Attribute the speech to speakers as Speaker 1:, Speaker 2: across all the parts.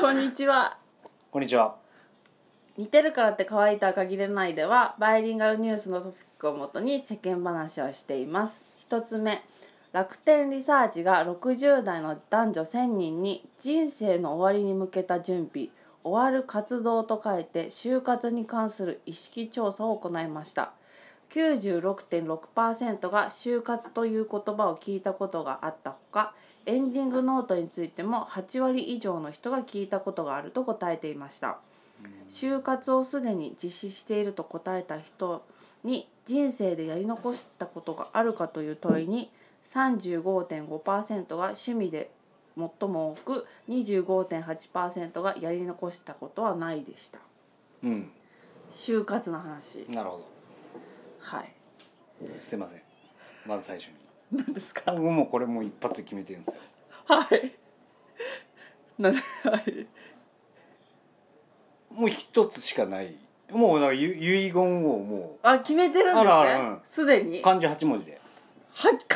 Speaker 1: こんにちは
Speaker 2: こんにちは。
Speaker 1: 似てるからって可愛いとは限らないではバイリンガルニュースのトピックをもとに世間話をしています一つ目楽天リサーチが60代の男女1000人に人生の終わりに向けた準備終わる活動と書いて就活に関する意識調査を行いました96.6%が就活という言葉を聞いたことがあったほかエンディングノートについても8割以上の人が聞いたことがあると答えていました就活をすでに実施していると答えた人に人生でやり残したことがあるかという問いに35.5%が趣味で最も多く25.8%がやり残したことはないでした
Speaker 2: うん。
Speaker 1: 就活の話
Speaker 2: なるほ
Speaker 1: はい
Speaker 2: ど。すいません。まず最初に。
Speaker 1: 何ですか
Speaker 2: 僕もうこれもう一発で決めてるんですよ。
Speaker 1: はい なはい
Speaker 2: もう一つしかない。もうだからゆ遺言をも
Speaker 1: あ決めてるん
Speaker 2: あ
Speaker 1: です
Speaker 2: らあらう
Speaker 1: ね
Speaker 2: ん
Speaker 1: すでに
Speaker 2: う
Speaker 1: は
Speaker 2: 漢字八文字で。
Speaker 1: 漢字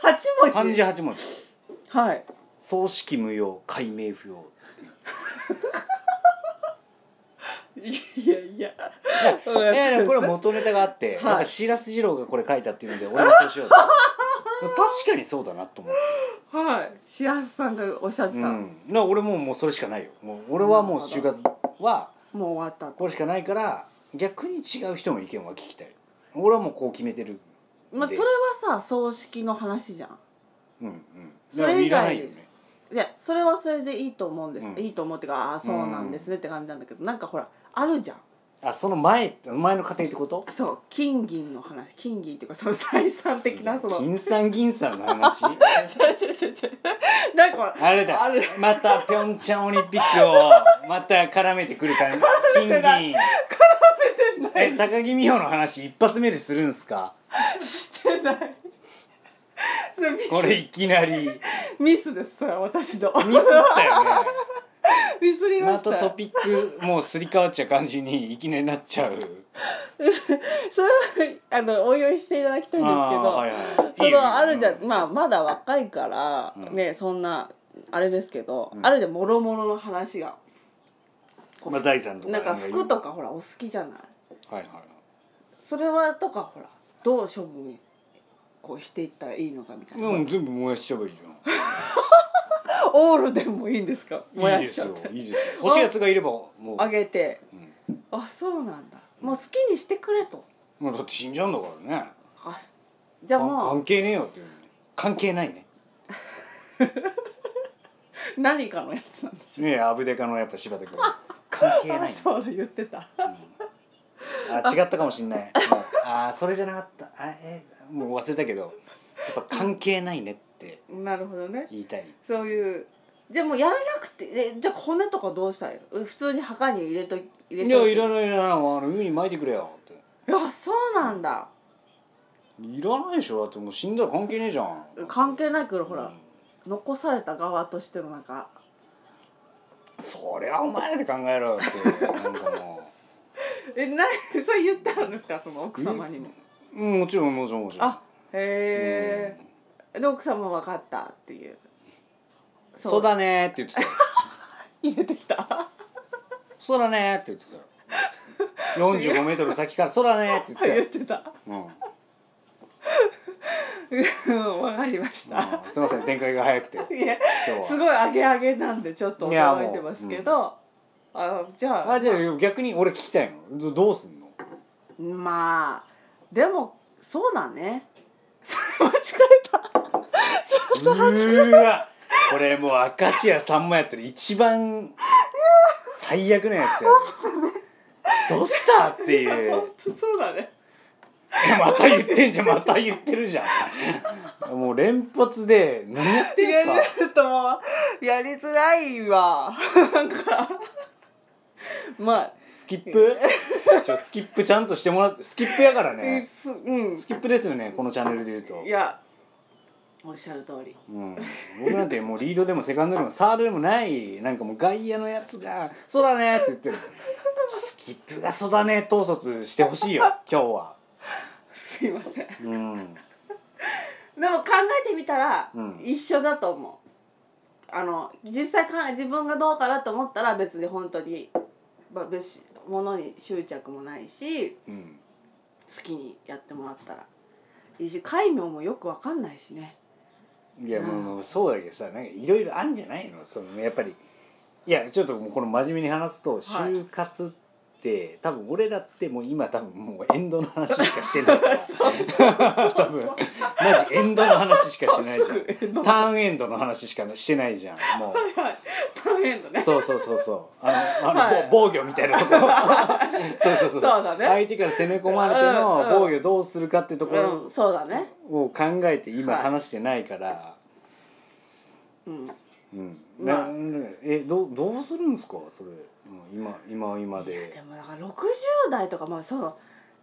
Speaker 1: 八文字
Speaker 2: 漢字八文字。
Speaker 1: はい
Speaker 2: 葬式無用、解明不要。
Speaker 1: いやいや
Speaker 2: いやいやいやこれは元ネタがあって、
Speaker 1: はい
Speaker 2: なんか白洲二郎がこれ書いたっていうので俺もそうし ようと思って確かにそうだなと思って、
Speaker 1: はい白洲さんがおっしゃって
Speaker 2: うん、
Speaker 1: た、
Speaker 2: だ
Speaker 1: も
Speaker 2: から俺ももうそれしかないよもう俺はもう就活は
Speaker 1: う終わったと
Speaker 2: これしかないから逆に違う人の意見は聞きたい俺はもうこう決めてる
Speaker 1: まあ
Speaker 2: で
Speaker 1: それはさ葬式の話じゃん
Speaker 2: うんうん
Speaker 1: それ以
Speaker 2: だから
Speaker 1: 外ですいやそれはそれでいいと思うんです、
Speaker 2: うん
Speaker 1: いいと思うっていうかああそうなんですねって感じなんだけど、なんかほらあるじゃん
Speaker 2: あその前前の過程ってこと
Speaker 1: そう金銀の話金銀っていうかその 財産的なその違う違
Speaker 2: 金
Speaker 1: う
Speaker 2: さん銀さんの 話
Speaker 1: 違う違う なんかほら
Speaker 2: あれだ
Speaker 1: あれ
Speaker 2: またピョンチャンオリンピック をまた絡めてくる感じ金
Speaker 1: てない
Speaker 2: 銀
Speaker 1: 絡めてない
Speaker 2: え高木美帆の話一発目でするんすか
Speaker 1: してない それミス
Speaker 2: これいきな りミスっ
Speaker 1: ミスですそれは私の
Speaker 2: た よね
Speaker 1: ミスりま
Speaker 2: ま
Speaker 1: した
Speaker 2: たトピックもうすり替わっちゃう感じにいきなりなっちゃう
Speaker 1: それはあのお用意していただきたいんですけど、
Speaker 2: あーはいはい
Speaker 1: そ
Speaker 2: いいよ
Speaker 1: のあるじゃん、
Speaker 2: うん
Speaker 1: まあまだ若いから、
Speaker 2: うん
Speaker 1: ねそんなあれですけど、
Speaker 2: うん
Speaker 1: あるじゃんもろもろの話が
Speaker 2: まあ、財産とか
Speaker 1: なんか服と
Speaker 2: か
Speaker 1: かほらお好きじゃない
Speaker 2: はいはい
Speaker 1: それはとかほらどう処分こうしていったらいいのかみたいな、
Speaker 2: うん、全部燃やしちゃえばいいじゃん
Speaker 1: オールでもいいんですか燃やしちゃっ
Speaker 2: い
Speaker 1: て
Speaker 2: いですよいいですよ欲しいやつがいればもう、
Speaker 1: あげて
Speaker 2: うん
Speaker 1: あそうなんだもう好きにしてくれと
Speaker 2: もうだって死んじゃうんだからね
Speaker 1: あじゃあ
Speaker 2: か
Speaker 1: も
Speaker 2: 関係ねえよっていうね関係ないね
Speaker 1: う何かのやつなんでしょ
Speaker 2: ねえアブデカのやっぱ柴田 君関係
Speaker 1: あ
Speaker 2: ないね
Speaker 1: そうだ言ってた
Speaker 2: あ違ったかもしんないもうあーそれじゃなかったあえもう忘れたけどやっぱ関係ないねって
Speaker 1: なるほどね
Speaker 2: 言いたい
Speaker 1: そういうじゃあもうやらなくてえじゃあ骨とかどうしたらいいの普通に墓に入れと入れ
Speaker 2: い
Speaker 1: と
Speaker 2: やい
Speaker 1: い
Speaker 2: らないいらないもうあの海に撒いてくれよって
Speaker 1: やそうなんだ
Speaker 2: いらないでしょだってもう死んだら関係ねえじゃん
Speaker 1: 関係ないけどほら、
Speaker 2: うん
Speaker 1: 残された側としてのなんか
Speaker 2: そりゃお前らで考えろよってなんかも
Speaker 1: えなそれ言ってあるんですかその奥様にも
Speaker 2: ううんもちろんもちろんもちろん
Speaker 1: あへえ、で奥様分かったっていう
Speaker 2: そうそうだねーって言ってたよ
Speaker 1: 入れてきた
Speaker 2: そうだねーって言ってたよ45メートル先からそうだねーって言ってた
Speaker 1: 言
Speaker 2: よ
Speaker 1: ってた
Speaker 2: うんうん
Speaker 1: うん分かりました、
Speaker 2: すいません展開が早くて今
Speaker 1: いや
Speaker 2: 日は
Speaker 1: すごいアゲアゲなんでちょっと
Speaker 2: いやもう
Speaker 1: 驚いてますけど、あじゃあ
Speaker 2: あじゃあ逆に俺聞きたいのどどうすんの
Speaker 1: まあでもそうだね間違えた
Speaker 2: うーわこれもう明石家さんまやったら一番最悪なやつやでどうしたっていういや
Speaker 1: 本当そうだね
Speaker 2: また言ってんじゃんまた言ってるじゃんもう連発で何やって
Speaker 1: いや
Speaker 2: んすか
Speaker 1: ちょっともうやりづらいわなんかまあ
Speaker 2: スキップちょスキップちゃんとしてもらってスキップやから
Speaker 1: うん
Speaker 2: ね
Speaker 1: すうん
Speaker 2: スキップですよねこのチャンネルで言うと
Speaker 1: いやおっしゃる通り
Speaker 2: うん、僕なんてもうリードでもセカンドでもサードでもないなんかもう外野のやつが「そうだね」って言ってるスキップが「そうだね」統率してほしいよ今日は
Speaker 1: すいません
Speaker 2: うん
Speaker 1: でも考えてみたら、
Speaker 2: うん
Speaker 1: 一緒だと思うあの実際か自分がどうかなと思ったら別に本当にまあ別しものに執着もないし
Speaker 2: うん、
Speaker 1: 好きにやってもらったらいいし戒名もよくわかんないしね
Speaker 2: いやもうそうだけどさなんかいろいろあんじゃないのそのやっぱりいやちょっともうこの真面目に話すと
Speaker 1: はい
Speaker 2: 就活って多分俺らってもう今多分もうエンドの話しかして ないから多分マジエンドの話しかしてないじゃん
Speaker 1: ゃ
Speaker 2: ターンエンドの話しかしてないじゃんもう。
Speaker 1: 大変だね
Speaker 2: そうそうそうそうあのあの、
Speaker 1: はい
Speaker 2: ぼ防御みたいな とこそうそうそう
Speaker 1: そうだね
Speaker 2: 相手から攻め込まれて
Speaker 1: うんうん
Speaker 2: の防御どうするかってところ
Speaker 1: うんそうだね
Speaker 2: を考えて今
Speaker 1: はい
Speaker 2: 話してないから、
Speaker 1: うん
Speaker 2: うん
Speaker 1: まあ
Speaker 2: なえどうどうするんですかそれもう今今今で
Speaker 1: でもだから60代とかまあその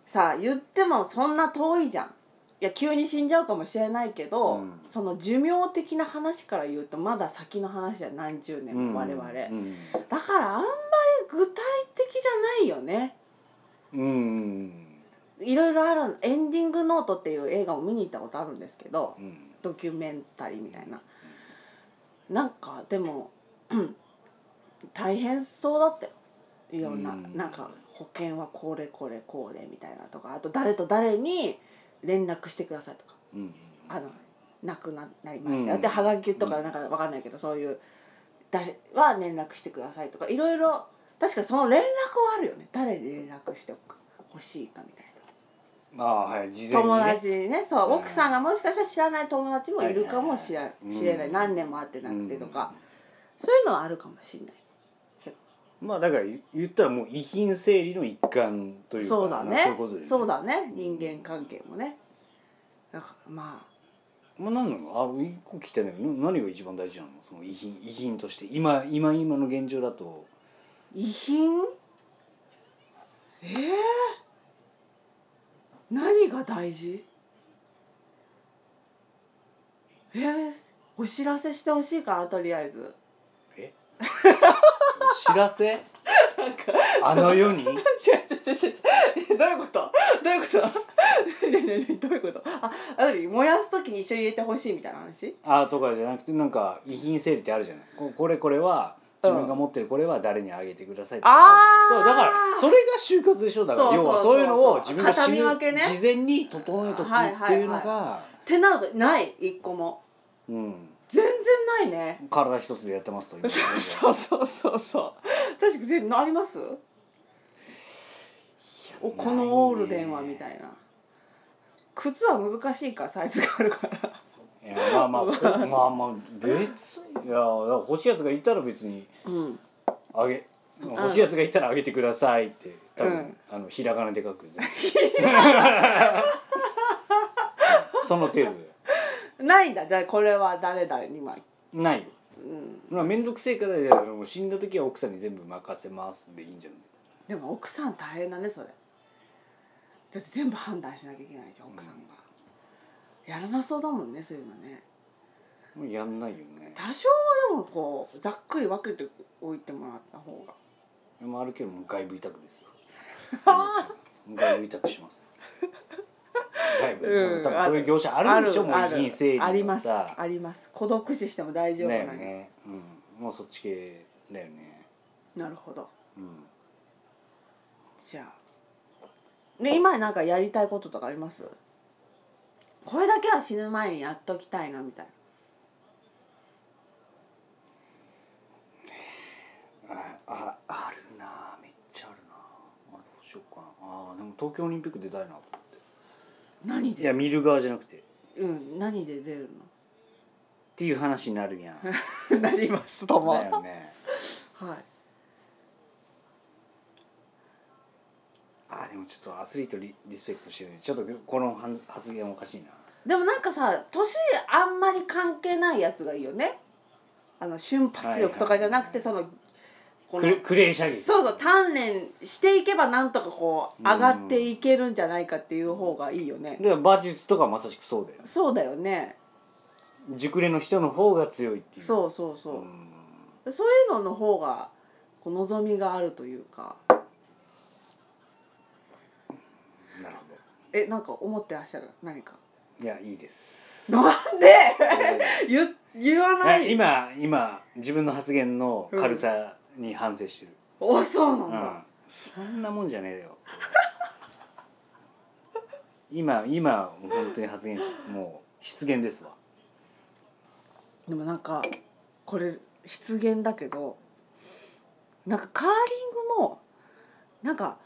Speaker 1: さあ言ってもそんな遠いじゃんいや急に死んじゃうかもしれないけど、
Speaker 2: うん
Speaker 1: その寿命的な話から言うとまだ先の話じゃん何十年も我々、
Speaker 2: うん
Speaker 1: だからあんまり具体的じゃないよね
Speaker 2: うん、うん
Speaker 1: いろいろあるエンディングノートっていう映画を見に行ったことあるんですけど
Speaker 2: うん
Speaker 1: ドキュメンタリーみたいななんかでもうん大変そうだったよいろんな、
Speaker 2: うん
Speaker 1: なんか保険はこれこれこうでみたいなとかあと誰と誰に連絡してくださいとか
Speaker 2: うん
Speaker 1: あの亡くななりましたよ、
Speaker 2: うん
Speaker 1: でハガキとかなんかわかんないけどそういうだしは連絡してくださいとかいろいろ確かにその連絡はあるよね誰に連絡してほしいかみたいな。
Speaker 2: ああはい事前に、
Speaker 1: 友
Speaker 2: ね、
Speaker 1: 達にねそう、
Speaker 2: うん
Speaker 1: 奥さんがもしかしたら知らない友達もいるかもしれ,、
Speaker 2: はいはいはい
Speaker 1: 知れない
Speaker 2: うん
Speaker 1: 何年も会ってなくてとか、そういうのはあるかもしれない
Speaker 2: うんまあだから言ったらもう遺品整理の一環というか
Speaker 1: そうだね
Speaker 2: そういうことで、
Speaker 1: そうだね人間関係もねだからま
Speaker 2: もう何なのあ一個聞きたいんだけどな何が一番大事なのその遺品遺品として今今今の現状だと
Speaker 1: あ遺品えー、何が大事えー、お知らせしてほしいからとりあえず
Speaker 2: え お知らせあの世に
Speaker 1: 違う違う違う違うどういうことどういうことねえねえねえどういうことああれ燃やすときに一緒に入れてほしいみたいな話
Speaker 2: あとかじゃなくてなんか遺品整理ってあるじゃないここれこれは自分が持ってるこれは誰にあげてくださいとか
Speaker 1: あー
Speaker 2: そうだからそれが就活でしょだから
Speaker 1: そうそう
Speaker 2: 要は
Speaker 1: そう
Speaker 2: そういうのを自分が死
Speaker 1: 片見分け
Speaker 2: ぬ
Speaker 1: ね
Speaker 2: 事前に整えとくっていうの
Speaker 1: はいはい
Speaker 2: が
Speaker 1: ってなるとない一個も
Speaker 2: うん
Speaker 1: 全然ないね
Speaker 2: 体一つでやってますと今
Speaker 1: そうそうそうそう確かに全然ありますおこのオールデンはみたいな靴は難しいからサイズがあるから
Speaker 2: いやまあまあまあまあ別にいやだから欲しいやつがいたら別に
Speaker 1: うん
Speaker 2: あげ欲しいやつがいたらあげてくださいって多分、
Speaker 1: うん
Speaker 2: あのひらがなで書く全部 その程度で
Speaker 1: ないんだじゃあこれは誰々にま
Speaker 2: ないよ
Speaker 1: うん
Speaker 2: まあ面倒くせえからじゃあもう死んだ時は奥さんに全部任せますでいいんじゃない
Speaker 1: でも奥さん大変だねそれだって全部判断しなきゃいけないじゃん奥さんが、やらなそうだもんねそういうのね
Speaker 2: もうやんないよね
Speaker 1: 多少はでもこうざっくり分けておいてもらった方が
Speaker 2: でもあるけどもう外部委託ですよ外部委託し ます外部、
Speaker 1: うん
Speaker 2: 多分そういう業者あるんでしょもう遺品整理のさ
Speaker 1: ありますあります孤独死しても大丈夫な
Speaker 2: だよ
Speaker 1: よ、
Speaker 2: ね、うん、もうそっち系だよね
Speaker 1: なるほど
Speaker 2: うん
Speaker 1: じゃあで今なんかやりたいこととかありますこれだけは死ぬ前にやっときたいなみたいな
Speaker 2: あああるなめっちゃあるなあどうしようかなあでも東京オリンピック出たいなと思っ
Speaker 1: 何
Speaker 2: ていや
Speaker 1: で
Speaker 2: 見る側じゃなくてっ
Speaker 1: うん何で出る
Speaker 2: ていう話に なるやん だ
Speaker 1: のなりますとも
Speaker 2: よね
Speaker 1: はい
Speaker 2: あでもちょっとアスリートリリスペクトしてるねちょっとこのはん発言おかしいな
Speaker 1: でもなんかさ年あんまり関係ないやつがいいよねあの瞬発力とかじゃなくて
Speaker 2: は
Speaker 1: そのこ
Speaker 2: ク
Speaker 1: の
Speaker 2: レクレー射撃
Speaker 1: そうそう鍛錬していけばなんとかこう上がっていけるんじゃないかっていう方がいいよね
Speaker 2: で馬術とかまさしくそうだよ
Speaker 1: そうだよね
Speaker 2: 熟練の人の方が強いっていうう
Speaker 1: そうそうそう
Speaker 2: うん
Speaker 1: そういうのの方がこう望みがあるというか
Speaker 2: なるほ
Speaker 1: えなんか思ってらっしゃる何か
Speaker 2: いやいい です
Speaker 1: なんで言言わない
Speaker 2: や
Speaker 1: い
Speaker 2: 今今自分の発言の軽さに反省してる、
Speaker 1: おそうなん
Speaker 2: う
Speaker 1: だ、
Speaker 2: ん、そんなもんじゃねえ よ今今本当に発言もう失言ですわ
Speaker 1: でもなんかこれ失言だけどなんかカーリングもなんか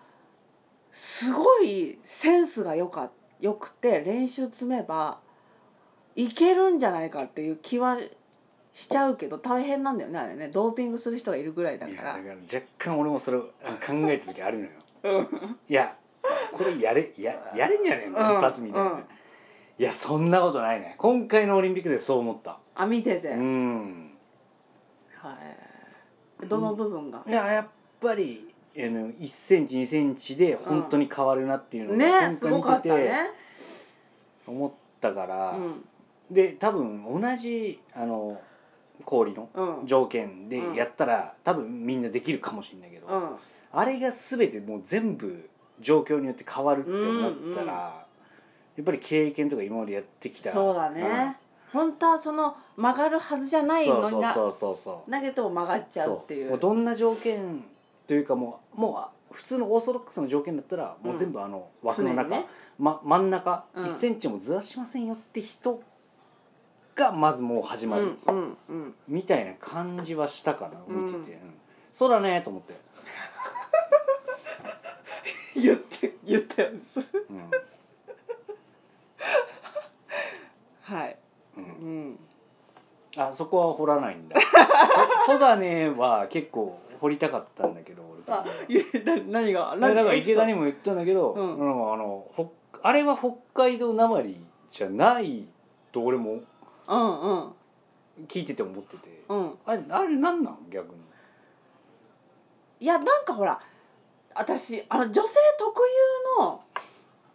Speaker 1: すごいセンスがよかよくて練習積めばいけるんじゃないかっていう気はしちゃうけど大変なんだよねあれねドーピングする人がいるぐらいだ
Speaker 2: い
Speaker 1: か
Speaker 2: やだ
Speaker 1: ら
Speaker 2: から若干俺もそれをあの考えた時 あるのよいやこれやれややれんじゃねえの
Speaker 1: うん
Speaker 2: 一発みたいな、
Speaker 1: うん
Speaker 2: いやそんなことないね今回のオリンピックでそう思った
Speaker 1: あ見てて、
Speaker 2: うん
Speaker 1: はいどの部分が、
Speaker 2: いややっぱりあの1センチ2センチで本当に変わるなっていうのを
Speaker 1: ねすごかったね、
Speaker 2: 思ったから、
Speaker 1: うん
Speaker 2: で多分同じあの氷の
Speaker 1: うん
Speaker 2: 条件で
Speaker 1: うん
Speaker 2: やったら、多分みんなできるかもしれないけど、
Speaker 1: うん、
Speaker 2: あれが全てもう全部状況によって変わるって思ったら、
Speaker 1: うんうん
Speaker 2: やっぱり経験とか今までやってきた
Speaker 1: そうだね、本当はその曲がるはずじゃ
Speaker 2: うん
Speaker 1: ないのにな
Speaker 2: そうそうそうそう
Speaker 1: 投げても曲がっちゃうっていう
Speaker 2: もうどんな条件というかもうもうあ普通のオーソドックスの条件だったらもう全部あの枠の
Speaker 1: 常
Speaker 2: 中、
Speaker 1: にね
Speaker 2: ま、真ん中
Speaker 1: うん
Speaker 2: 1センチもずらしませんよって人がまずもう始まる、
Speaker 1: うんうんうん
Speaker 2: みたいな感じはしたかな見てて、
Speaker 1: うん
Speaker 2: うんそうだねと思って、
Speaker 1: 言って言ったやつ
Speaker 2: う
Speaker 1: はい
Speaker 2: んうん
Speaker 1: うん
Speaker 2: あそこは掘らないんだそ「そ だね」は結構掘りたかったんだけど俺
Speaker 1: あ
Speaker 2: 的に
Speaker 1: いやな何が
Speaker 2: はでなんか
Speaker 1: エピ
Speaker 2: 池田
Speaker 1: ソード
Speaker 2: にも言ったんだけど、
Speaker 1: うん
Speaker 2: うんあのほあれは北海道なまりじゃないと俺も聞いてて思ってて、
Speaker 1: うんうんうん
Speaker 2: あれあれなんなん逆に
Speaker 1: いやなんかほら私あの女性特有の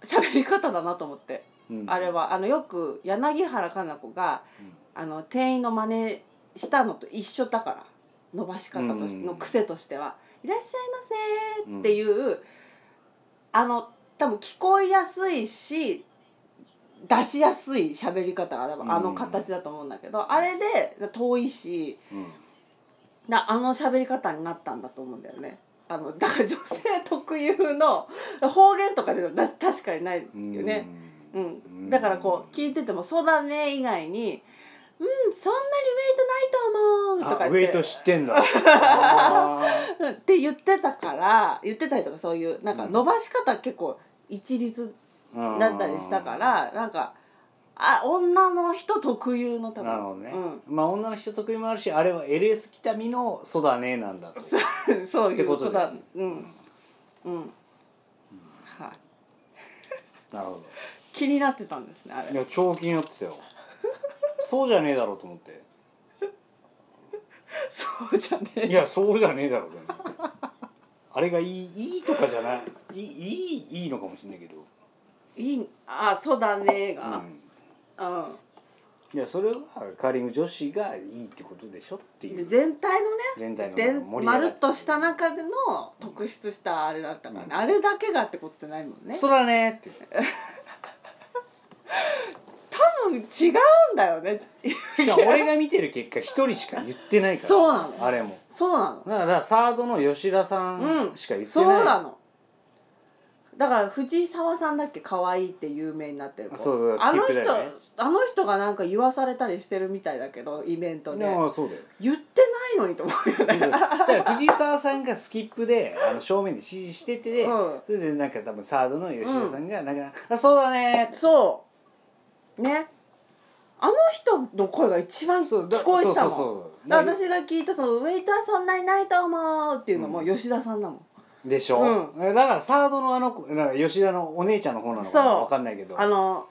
Speaker 1: 喋り方だなと思って、、
Speaker 2: うん
Speaker 1: あれ、はあのよく柳原かな子が
Speaker 2: うん
Speaker 1: あの店員の真似したのと一緒だから伸ばし方とし
Speaker 2: うん
Speaker 1: の癖としては「いらっしゃいませ」っていう、あの多分聞こえやすいし出しやすい喋り方が多分あの形だと思うんだけど、あれで遠いし
Speaker 2: うん
Speaker 1: なあの喋り方になったんだと思うんだよね。あのだから女性特有の方言とかじゃな確かにないよ
Speaker 2: うん
Speaker 1: ね。う、
Speaker 2: うんん
Speaker 1: だからこう聞いてても「そうだね」以外に「うんそんなにウェイトないと思う」と
Speaker 2: あ
Speaker 1: か
Speaker 2: ウ
Speaker 1: 言
Speaker 2: ェ
Speaker 1: っ
Speaker 2: イ
Speaker 1: て
Speaker 2: ト知って んだあ
Speaker 1: うんって言ってたから言ってたりとかそういうなんか
Speaker 2: うん
Speaker 1: 伸ばし方結構一律
Speaker 2: ー
Speaker 1: だったりしたからなんかあ女の人特有の多分
Speaker 2: なるほどね、
Speaker 1: うん
Speaker 2: まあ女の人得意もあるしあれは LS 北見の「そだね」なんだと
Speaker 1: そう
Speaker 2: っ
Speaker 1: い
Speaker 2: て
Speaker 1: う
Speaker 2: こ
Speaker 1: ことと
Speaker 2: だよ
Speaker 1: だ
Speaker 2: ね
Speaker 1: うんうんはい
Speaker 2: なるほ
Speaker 1: 気になってたんですねあ
Speaker 2: どい
Speaker 1: れ
Speaker 2: や超気になってたよそうじゃねえだろうと思って
Speaker 1: そうじゃね
Speaker 2: いやそうじゃねえだろうと思ってあれがいいいいとかじゃないいいいいいいのかもしれないけど、
Speaker 1: いいあそうだねがうん
Speaker 2: いやそれはカーリング女子がいいってことでしょってい
Speaker 1: で
Speaker 2: う
Speaker 1: 全体のね
Speaker 2: 全体の
Speaker 1: で
Speaker 2: 盛り上
Speaker 1: ま
Speaker 2: がり
Speaker 1: るっとした中での特筆したあれだったからね、
Speaker 2: うん
Speaker 1: あれだけがってことじゃないもんね
Speaker 2: そらねーって
Speaker 1: 多分違うんだよね
Speaker 2: いや俺が見てる結果一人しか言ってないから
Speaker 1: そうなの
Speaker 2: あれも
Speaker 1: そうなの
Speaker 2: だからサードの吉田さん
Speaker 1: うん
Speaker 2: しか言って
Speaker 1: そ
Speaker 2: ない、
Speaker 1: うなのだから藤沢さんだっけ可愛いって有名になってる子
Speaker 2: そうそう
Speaker 1: あの
Speaker 2: スキ
Speaker 1: 人
Speaker 2: ップだよね
Speaker 1: あの人がなんか言わされたりしてるみたいだけどイベントで
Speaker 2: でもそうだよ
Speaker 1: 言ってないのにと思うよね
Speaker 2: だから藤沢さんがスキップであの正面で指示してて、
Speaker 1: うん
Speaker 2: それでなんか多分サードの吉田さんがなんか「あそうだね」
Speaker 1: そうねあの人の声が一番
Speaker 2: そうだ
Speaker 1: 聞こえてたもん
Speaker 2: そうそうそうそう
Speaker 1: だから私が聞いたそのウェイトはそんなにないと思うっていうのも
Speaker 2: うん
Speaker 1: 吉田さんだもん、
Speaker 2: でしょ、だからサードのあの子なんか吉田のお姉ちゃんの方なのかな
Speaker 1: そう
Speaker 2: 分かんないけど
Speaker 1: あの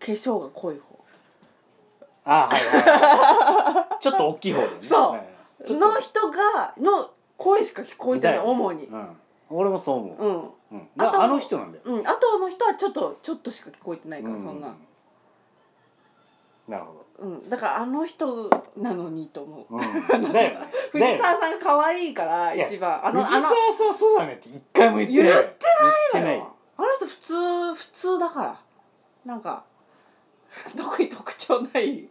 Speaker 1: 化粧が濃い方
Speaker 2: あはいはい、は い、ちょっと大きい方で、ね、
Speaker 1: そう
Speaker 2: はいちょっと
Speaker 1: の人がの声しか聞こえてない
Speaker 2: だよね
Speaker 1: 主に
Speaker 2: うん、俺もそう思
Speaker 1: う
Speaker 2: う、
Speaker 1: ん、
Speaker 2: うんだからあの人なんだよ、
Speaker 1: うん、あとの人はちょっとちょっとしか聞こえてないから、
Speaker 2: う
Speaker 1: そんな、
Speaker 2: なるほ
Speaker 1: うん、だからあの人なのにと思う
Speaker 2: ど、うん、だよね
Speaker 1: 藤
Speaker 2: だよね
Speaker 1: 沢さんが可愛いから
Speaker 2: いや
Speaker 1: 一番あ
Speaker 2: あの
Speaker 1: のあ
Speaker 2: 藤
Speaker 1: の
Speaker 2: 沢さんそうだねって一回も言ってない
Speaker 1: 言って
Speaker 2: 言って
Speaker 1: あの人普通普通だからなんか 特に特徴ない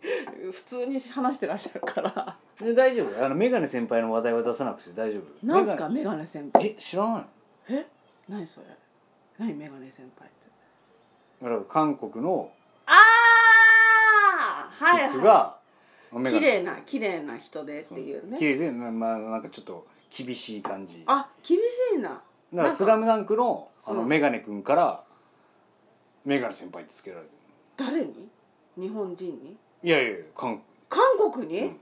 Speaker 1: 普通に話してらっしゃるから
Speaker 2: で大丈夫あのメガネ先輩の話題は出さなくて大丈夫
Speaker 1: なんすか
Speaker 2: メ
Speaker 1: メガネ先
Speaker 2: ガ
Speaker 1: 輩
Speaker 2: ネえ知らない
Speaker 1: え何それ何メガネ先輩って
Speaker 2: だから韓国の
Speaker 1: ああ
Speaker 2: ス
Speaker 1: は
Speaker 2: テ
Speaker 1: い
Speaker 2: ィック
Speaker 1: は
Speaker 2: が
Speaker 1: い
Speaker 2: メガ
Speaker 1: 綺
Speaker 2: ネ
Speaker 1: 麗な綺麗な人でっていう
Speaker 2: 綺
Speaker 1: ね
Speaker 2: 麗でなまあなんかちょっと厳しい感じだか
Speaker 1: あ厳しいな
Speaker 2: ら「スラムダンクのあの
Speaker 1: うん
Speaker 2: メガネくんから「メガネ先輩」ってつけられてる
Speaker 1: 誰に日本人に
Speaker 2: いやいやいや韓国
Speaker 1: 韓国に、
Speaker 2: うん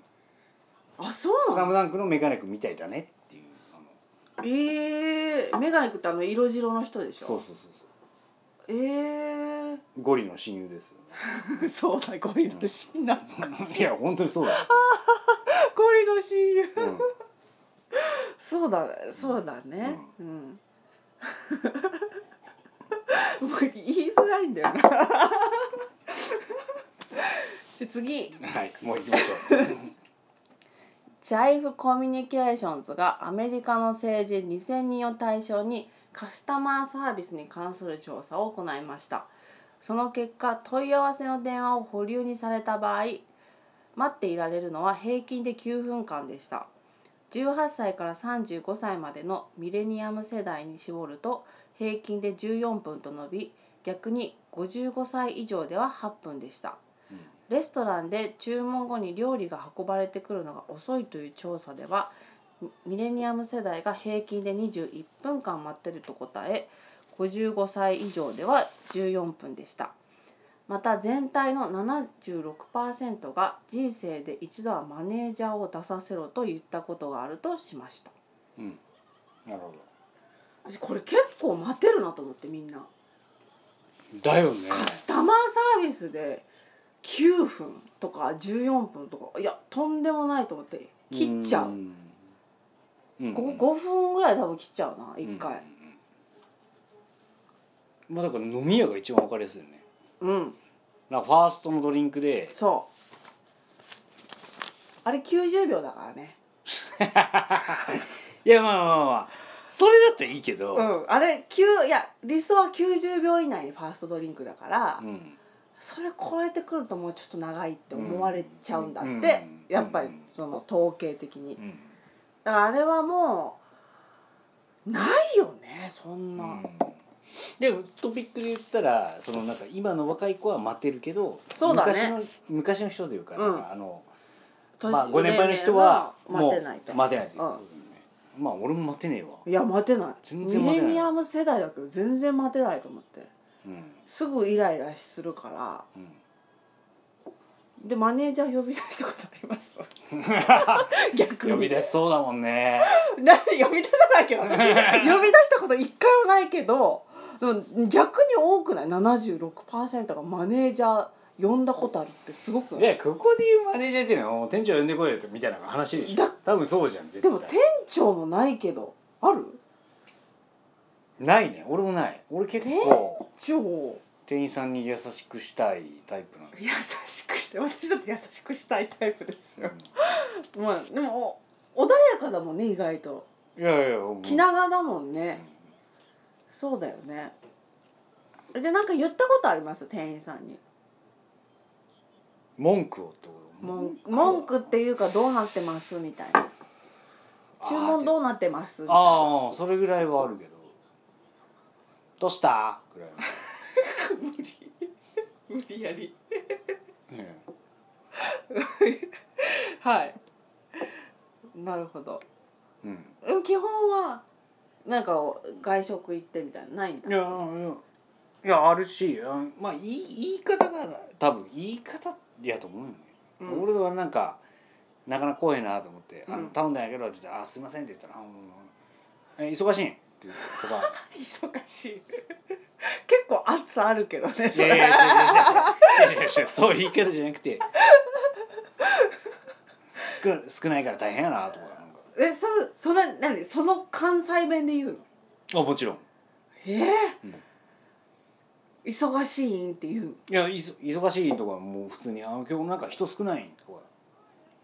Speaker 1: あそう
Speaker 2: ス
Speaker 1: な
Speaker 2: ラム
Speaker 1: の
Speaker 2: ダンクのメガネ君みたいだねっていうあの
Speaker 1: ええー、メガネくんってあの色白の人でしょ
Speaker 2: そうそうそうそ
Speaker 1: ええ
Speaker 2: うゴリの親友ですよ、
Speaker 1: ー、 そうだゴリの親 友懐かしい
Speaker 2: いや本当にそうだよ、
Speaker 1: ゴリの親友
Speaker 2: うん、
Speaker 1: そうだそうだねうん、 もう言いづらいんだよな じゃ次
Speaker 2: はいもう行きましょう
Speaker 1: ジャイフコミュニケーションズがアメリカの成人2000人を対象にカスタマーサービスに関する調査を行いましたその結果問い合わせの電話を保留にされた場合待っていられるのは平均で9分間でした18歳から35歳までのミレニアム世代に絞ると平均で14分と伸び逆に55歳以上では8分でしたレストランで注文後に料理が運ばれてくるのが遅いという調査ではミミレニアム世代が平均で21分間待ってると答え55歳以上では14分でしたまた全体の76%が人生で一度はマネージャーを出させろと言ったことがあるとしました
Speaker 2: うん、うん、 なるほ
Speaker 1: 私これ結構待てるなと思ってみんな
Speaker 2: どだよね
Speaker 1: カスタマーサービスで9分とか14分とかいやとんでもないと思って切っちゃう、
Speaker 2: んうん
Speaker 1: ご 5, 分ぐらい多分切っちゃうな1回
Speaker 2: うんまあだから飲み屋が一番わかりやすいよね
Speaker 1: うん、
Speaker 2: なんかファーストのドリンクで
Speaker 1: そうあれ90秒だからね
Speaker 2: いやまあまあまあそれだったらいいけど、
Speaker 1: うんあれ9いや理想は90秒以内にファーストドリンクだから、
Speaker 2: うん
Speaker 1: それ超えてくるともうちょっと長いって思われちゃうんだって、
Speaker 2: うん
Speaker 1: やっぱり
Speaker 2: うん
Speaker 1: その統計的に
Speaker 2: うん
Speaker 1: だからあれはもうないよねそんな、
Speaker 2: でもトピックで言ったらそのなんか今の若い子は待てるけど
Speaker 1: そうだね
Speaker 2: 昔の昔の人というか、
Speaker 1: うん
Speaker 2: あの
Speaker 1: 年
Speaker 2: まあ、ご年配の人は
Speaker 1: 年
Speaker 2: もう
Speaker 1: 齢の人待てないと
Speaker 2: 待てないということだよねまあ俺も待てねえわ、
Speaker 1: いや待てない
Speaker 2: 全然待てない
Speaker 1: ミレニアム世代だけど全然待てないと思って
Speaker 2: うん
Speaker 1: すぐイライラするから
Speaker 2: うん
Speaker 1: でマネージャー呼び出したことあります 逆に
Speaker 2: 呼び出しそうだもんね
Speaker 1: な呼び出さないけど 私呼び出したこと一回もないけどでも逆に多くない76%がマネージャー呼んだことあるってすごくない
Speaker 2: でここで言うマネージャーっていうのはもう店長呼んでこいよみたいな話でしょ
Speaker 1: だ
Speaker 2: 多分そうじゃん絶
Speaker 1: で
Speaker 2: 対
Speaker 1: も店長もないけどある
Speaker 2: ないね俺もない俺結構
Speaker 1: 店長
Speaker 2: 店員さんに優しくしたいタイプなんで、
Speaker 1: 優しくして私だって優しくしたいタイプですよ、
Speaker 2: う
Speaker 1: まあでもお穏やかだもんね意外と
Speaker 2: んいやいやもう
Speaker 1: 気長だもんね、そうだよねじゃあなんか言ったことあります店員さんに
Speaker 2: 文句をってこと
Speaker 1: 文文句っていうかどうなってますみたいな注文どうなってますみたいな
Speaker 2: ああそれぐらいはあるけど「どうした?」ぐらいは、
Speaker 1: 無理無理やり
Speaker 2: ええ
Speaker 1: はいなるほど
Speaker 2: うん、
Speaker 1: でも基本はなんか外食行ってみたいなのないん だ
Speaker 2: いやいやいやあるしあまあ言い言い方が多分言い方やと思うよね、
Speaker 1: うん
Speaker 2: 俺はなんかなかなか来へんなと思って「あ
Speaker 1: う
Speaker 2: の
Speaker 1: ん
Speaker 2: 頼んだんやけど」って言ったら「あすいません」って言ったら「あうんえ忙しいん?」って言うとか
Speaker 1: 忙しい 結構圧あるけどね
Speaker 2: いやいやいやいやいやいやいや そういう言い方じゃなくて少少ないから大変やなとかなんか
Speaker 1: えそそれ何その関西弁で言うの
Speaker 2: あもちろん
Speaker 1: えー
Speaker 2: うん
Speaker 1: 忙しいんって言う
Speaker 2: いやいそ忙しいとかもう普通に「あ今日なんか人少ないん?」とか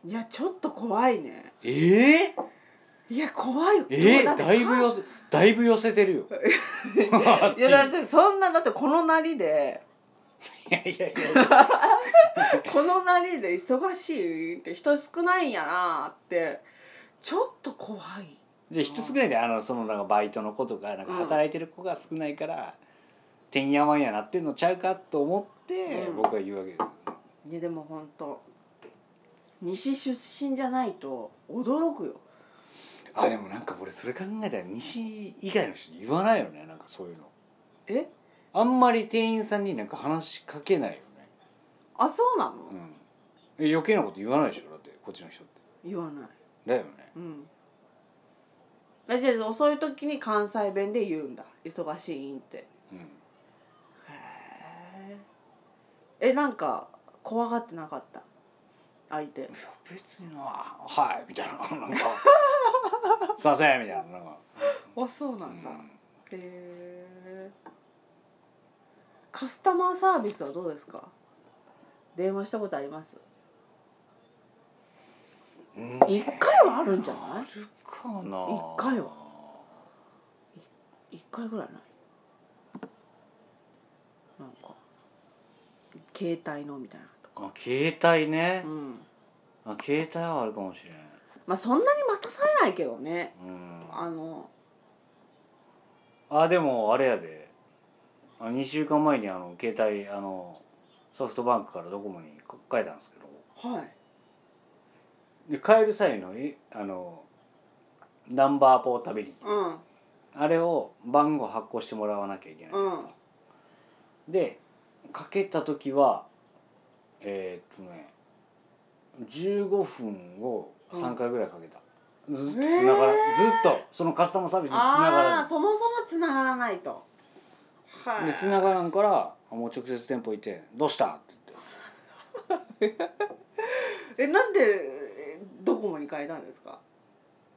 Speaker 1: いやちょっと怖いね
Speaker 2: ええ
Speaker 1: いや怖いよ
Speaker 2: ええ
Speaker 1: だって
Speaker 2: だいぶ寄せだ いぶ寄せてるよ
Speaker 1: いやだってそんなだってこのなりで
Speaker 2: やいやいやいや
Speaker 1: このなりで忙しいって人少ないんやなってちょっと怖い
Speaker 2: じゃあ人少ないであのそのなんかバイトの子とかなんか働いてる子が少ないから、てんやわんやなってんのちゃうかと思って
Speaker 1: うん
Speaker 2: 僕は言うわけです、
Speaker 1: いやでも本当西出身じゃないと驚くよ
Speaker 2: あでもなんか俺それ考えたら西以外の人言わないよねなんかそういうの
Speaker 1: え
Speaker 2: あんまり店員さんになんか話しかけないよね、
Speaker 1: あそうなの、
Speaker 2: うん、え余計なこと言わないでしょだってこっちの人って
Speaker 1: 言わない
Speaker 2: だよね
Speaker 1: うんえじゃあそういう時に関西弁で言うんだ忙しいんって
Speaker 2: うん
Speaker 1: へええなんか怖がってなかった相手
Speaker 2: いや別になはいみたいな なんかすいませんみたいななんか、
Speaker 1: あそうな
Speaker 2: うん
Speaker 1: んだ、へえカスタマーサービスはどうですか電話したことあります
Speaker 2: うん
Speaker 1: 一回はあるんじゃない
Speaker 2: あるかな
Speaker 1: 一回は一回ぐらいないなんか携帯のみたいなとか
Speaker 2: あ携帯ね
Speaker 1: う、ん
Speaker 2: あ携帯はあるかもしれない
Speaker 1: まあそんなに待たされないけどね
Speaker 2: うん
Speaker 1: あの
Speaker 2: あでもあれやであ2週間前にあの携帯あのソフトバンクからドコモにか変えたんですけど
Speaker 1: はい
Speaker 2: で変える際のえあのナンバーポータビリティ
Speaker 1: うん
Speaker 2: あれを番号発行してもらわなきゃいけないんですと、でかけた時はえーっとね15分を3回ぐらいかけた、ずっと繋がら、ずっとそのカスタマーサービスに繋がら
Speaker 1: あ
Speaker 2: ず
Speaker 1: あそもそもつながらないとは
Speaker 2: で繋がらんからもう直接店舗行って「どうした?」って言って
Speaker 1: えなんでえドコモに変えたんですか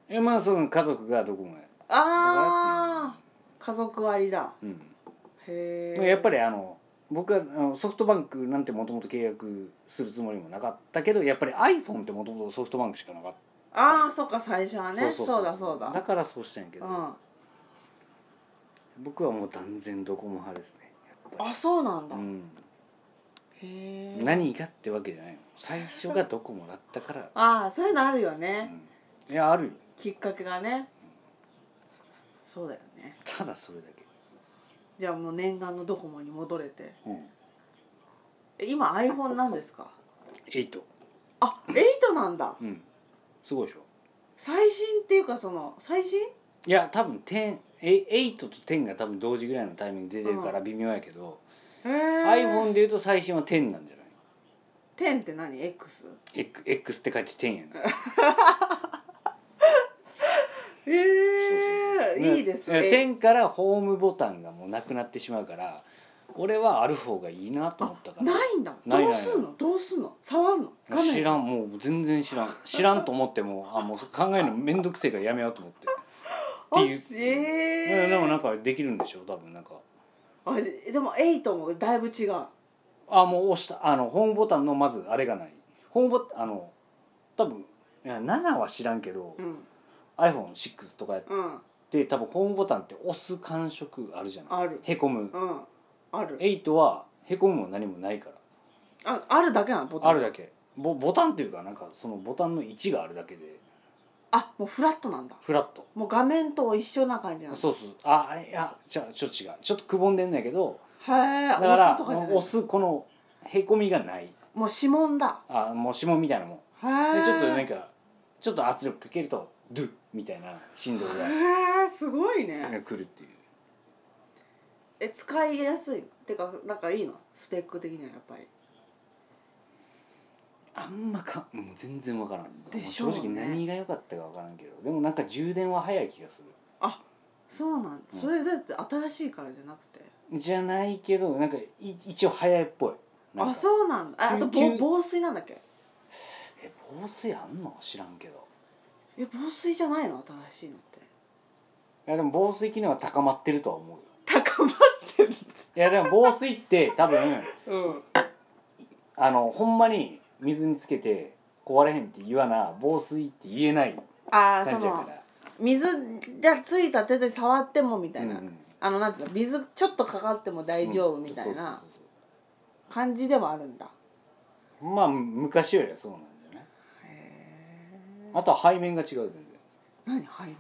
Speaker 2: えまあその家族がどこもや
Speaker 1: ああ家族割だ
Speaker 2: うん
Speaker 1: へえ
Speaker 2: やっぱ
Speaker 1: り
Speaker 2: りあの僕はあのソフトバンクなんてもともと契約するつもりもなかったけどやっぱり iPhone ってもともとソフトバンクしかなかっ
Speaker 1: ああそっか最初は
Speaker 2: た、
Speaker 1: ねそうだそうだ
Speaker 2: だからそうしたんやけ
Speaker 1: う
Speaker 2: ど、
Speaker 1: ん
Speaker 2: 僕はもう断然ドコモ派ですねやっぱり
Speaker 1: あそうなんだ、
Speaker 2: う
Speaker 1: へ
Speaker 2: ん、
Speaker 1: え
Speaker 2: 何がってわけじゃないの最初がドコモだったから、
Speaker 1: ああそういうのあるよ
Speaker 2: う
Speaker 1: ね、
Speaker 2: ん、いやあるよ
Speaker 1: きっかけがねそうだよね
Speaker 2: ただそれだけ、
Speaker 1: じゃあもう念願のドコモに戻れて
Speaker 2: うん、
Speaker 1: え今 iPhone なんですか
Speaker 2: 8
Speaker 1: あ8なんだ
Speaker 2: うんすごいでしょ
Speaker 1: 最新っていうかその最新
Speaker 2: いや多分10え8と10が多分同時ぐらいのタイミングで出てるから微妙やけど、
Speaker 1: へえ
Speaker 2: iPhone でいうと最新は10なんじゃない
Speaker 1: 10って何 X?
Speaker 2: X- X って書いて10やな
Speaker 1: ええ
Speaker 2: そうそうそう
Speaker 1: いいです
Speaker 2: だから
Speaker 1: ね
Speaker 2: 10からホームボタンがもうなくなってしまうから俺はある方がいいなと思ったから
Speaker 1: ないんだ
Speaker 2: ないない
Speaker 1: どうすんのどうすんの触るの画面
Speaker 2: 知らんもう全然知らん知らんと思ってもあもう考えるの面倒くせえからやめようと思って
Speaker 1: あ
Speaker 2: って
Speaker 1: ええ
Speaker 2: でもなんかできるんでしょ多分なんか
Speaker 1: あでも8もだいぶ違う
Speaker 2: あもう押したあのホームボタンのまずあれがないホームボタンあの多分いや7は知らんけど、
Speaker 1: うん
Speaker 2: iPhone6 とかやっ
Speaker 1: うん
Speaker 2: て多分ホームボタンって押す感触あるじゃない
Speaker 1: ある
Speaker 2: へこむ
Speaker 1: うんある
Speaker 2: 8はへこむも何もないから
Speaker 1: ああるだけなのボタン
Speaker 2: あるだけボボタンっていうかなんかそのボタンの位置があるだけで
Speaker 1: あもうフラットなんだ
Speaker 2: フラット
Speaker 1: もう画面と一緒な感じなの
Speaker 2: そうそうあいやちゃちょっと違うちょっとくぼんでんだけど
Speaker 1: へえ
Speaker 2: だから
Speaker 1: 押すとかじゃない
Speaker 2: 押すこのへこみがない
Speaker 1: もう指紋だ
Speaker 2: あもう指紋みたいなもん
Speaker 1: へえ
Speaker 2: でちょっとなんかちょっと圧力かけるとドゥみたいな振動
Speaker 1: へえすごいね
Speaker 2: が来るっていう
Speaker 1: え使いやすいのてかなんかいいのスペック的にはやっぱり
Speaker 2: あんまかもう全然わからん
Speaker 1: でしょうね
Speaker 2: も正直何が良かったかわからんけどでもなんか充電は早い気がす
Speaker 1: あそうなんだ
Speaker 2: うん
Speaker 1: それだって新しいからじゃなくて
Speaker 2: るじゃないけどなんかい一応早いっぽいなんか
Speaker 1: あそうなんだああと
Speaker 2: 急
Speaker 1: 防
Speaker 2: 急
Speaker 1: 防水なんだっけ
Speaker 2: え防水あんの知らんけど
Speaker 1: え防水じゃないの新しいのって
Speaker 2: いやでも防水機能は高まってるとは思うよ
Speaker 1: 高まってる
Speaker 2: いやでも防水って多分
Speaker 1: うん
Speaker 2: あのほんまに水につけて壊れへんって言わな防水って言えない
Speaker 1: ああそ
Speaker 2: 感じやか
Speaker 1: の
Speaker 2: ら
Speaker 1: 水がついた手で触ってもみたいな、
Speaker 2: うんうん
Speaker 1: あのなんていうの水ちょっとかかっても大丈夫みたい
Speaker 2: そうそ
Speaker 1: な、
Speaker 2: うそうそう
Speaker 1: 感じではあるんだ
Speaker 2: まあ昔よりはそうなんだよね
Speaker 1: へえ
Speaker 2: あとは背面が違う全然
Speaker 1: 何背面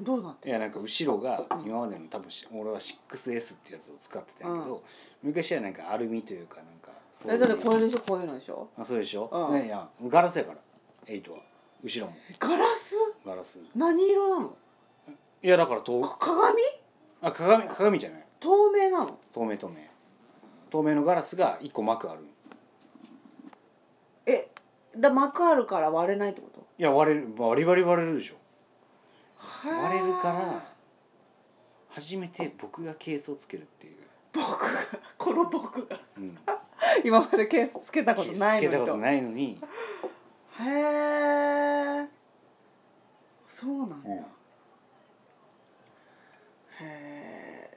Speaker 1: どうなって
Speaker 2: いや
Speaker 1: る
Speaker 2: なんか後ろが
Speaker 1: うん
Speaker 2: 今までの多分し俺は 6S ってやつを使ってたんやけど、昔はなんかアルミというかなんかそうい
Speaker 1: え
Speaker 2: う
Speaker 1: だってこれでしょこういうのでしょ
Speaker 2: あそうでしょ、
Speaker 1: うん
Speaker 2: ねいやガラスやから8は後ろも
Speaker 1: ガラス
Speaker 2: ガラス
Speaker 1: 何色なの
Speaker 2: いやだからと
Speaker 1: か鏡
Speaker 2: あ鏡鏡じゃない
Speaker 1: 透明なの
Speaker 2: 透明透明透明のガラスが1個膜ある
Speaker 1: えだ膜あるから割れないってこと
Speaker 2: いや割れるバリバリ割れるでしょ割れるか
Speaker 1: へ
Speaker 2: ら
Speaker 1: え
Speaker 2: 初めて僕がケースをつけるっていう、
Speaker 1: 僕がこの僕が
Speaker 2: うん、
Speaker 1: 今までケースつけたことない
Speaker 2: つけ
Speaker 1: の
Speaker 2: たこ
Speaker 1: に
Speaker 2: と
Speaker 1: と
Speaker 2: ないのに
Speaker 1: へえそうなん
Speaker 2: う
Speaker 1: だ、
Speaker 2: ん
Speaker 1: へえ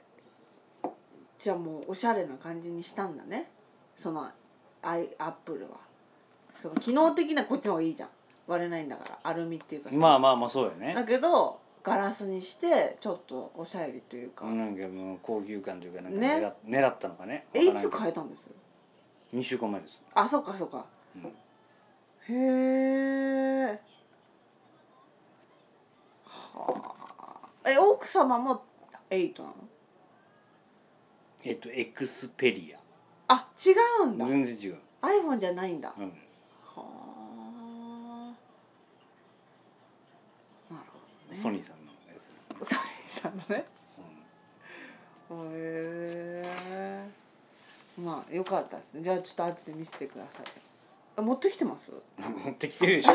Speaker 1: じゃあもうおしゃれな感じにしたんだねそのアイアップルはその機能的なこっちの方がいいじゃん割れないんだからアルミっていうかさ
Speaker 2: まあまあまあそうよね
Speaker 1: だけどガラスにしてちょっとおしゃれというか、
Speaker 2: なんかもう高級感というかなんか
Speaker 1: ね
Speaker 2: 狙,、狙ったのかね
Speaker 1: えいつ変
Speaker 2: え
Speaker 1: えたんです
Speaker 2: 2週間前です、
Speaker 1: あそっかそっか
Speaker 2: うん
Speaker 1: へえはあえ奥様も8なの
Speaker 2: えっとエクスペリ
Speaker 1: あ違うん
Speaker 2: ア
Speaker 1: だ、
Speaker 2: 全然違う、
Speaker 1: iPhone じゃないんだ、
Speaker 2: うん、
Speaker 1: はあなるほどね
Speaker 2: ソニーさんのやつ、
Speaker 1: ソニーさんのね
Speaker 2: う
Speaker 1: へえまあよかったですねじゃあちょっと後で見せてくださいあ持ってきてます
Speaker 2: ん、持ってきてるでしょ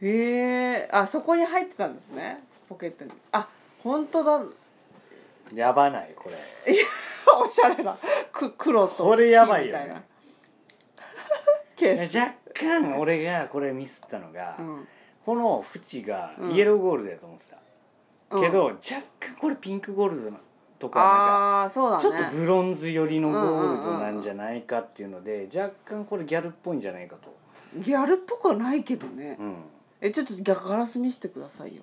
Speaker 1: へえあそこに入ってたんですねポケットにあ本当だ
Speaker 2: やばないこれ
Speaker 1: おしゃれなく黒と
Speaker 2: これやばいよね
Speaker 1: 金みたな ケース
Speaker 2: 若干俺がこれミスったのが、
Speaker 1: うん
Speaker 2: この縁が
Speaker 1: うん
Speaker 2: イエローゴールドやと思ってた、
Speaker 1: うん
Speaker 2: けど若干これピンクゴールドのとかなんか
Speaker 1: ああそうだね
Speaker 2: ちょっとブロンズ寄りのゴールドなんじゃないかっていうので若干これギャルっぽいんじゃないかと、
Speaker 1: ギャルっぽくはないけどね、
Speaker 2: うん、
Speaker 1: えちょっとガガラス見せてくださいよ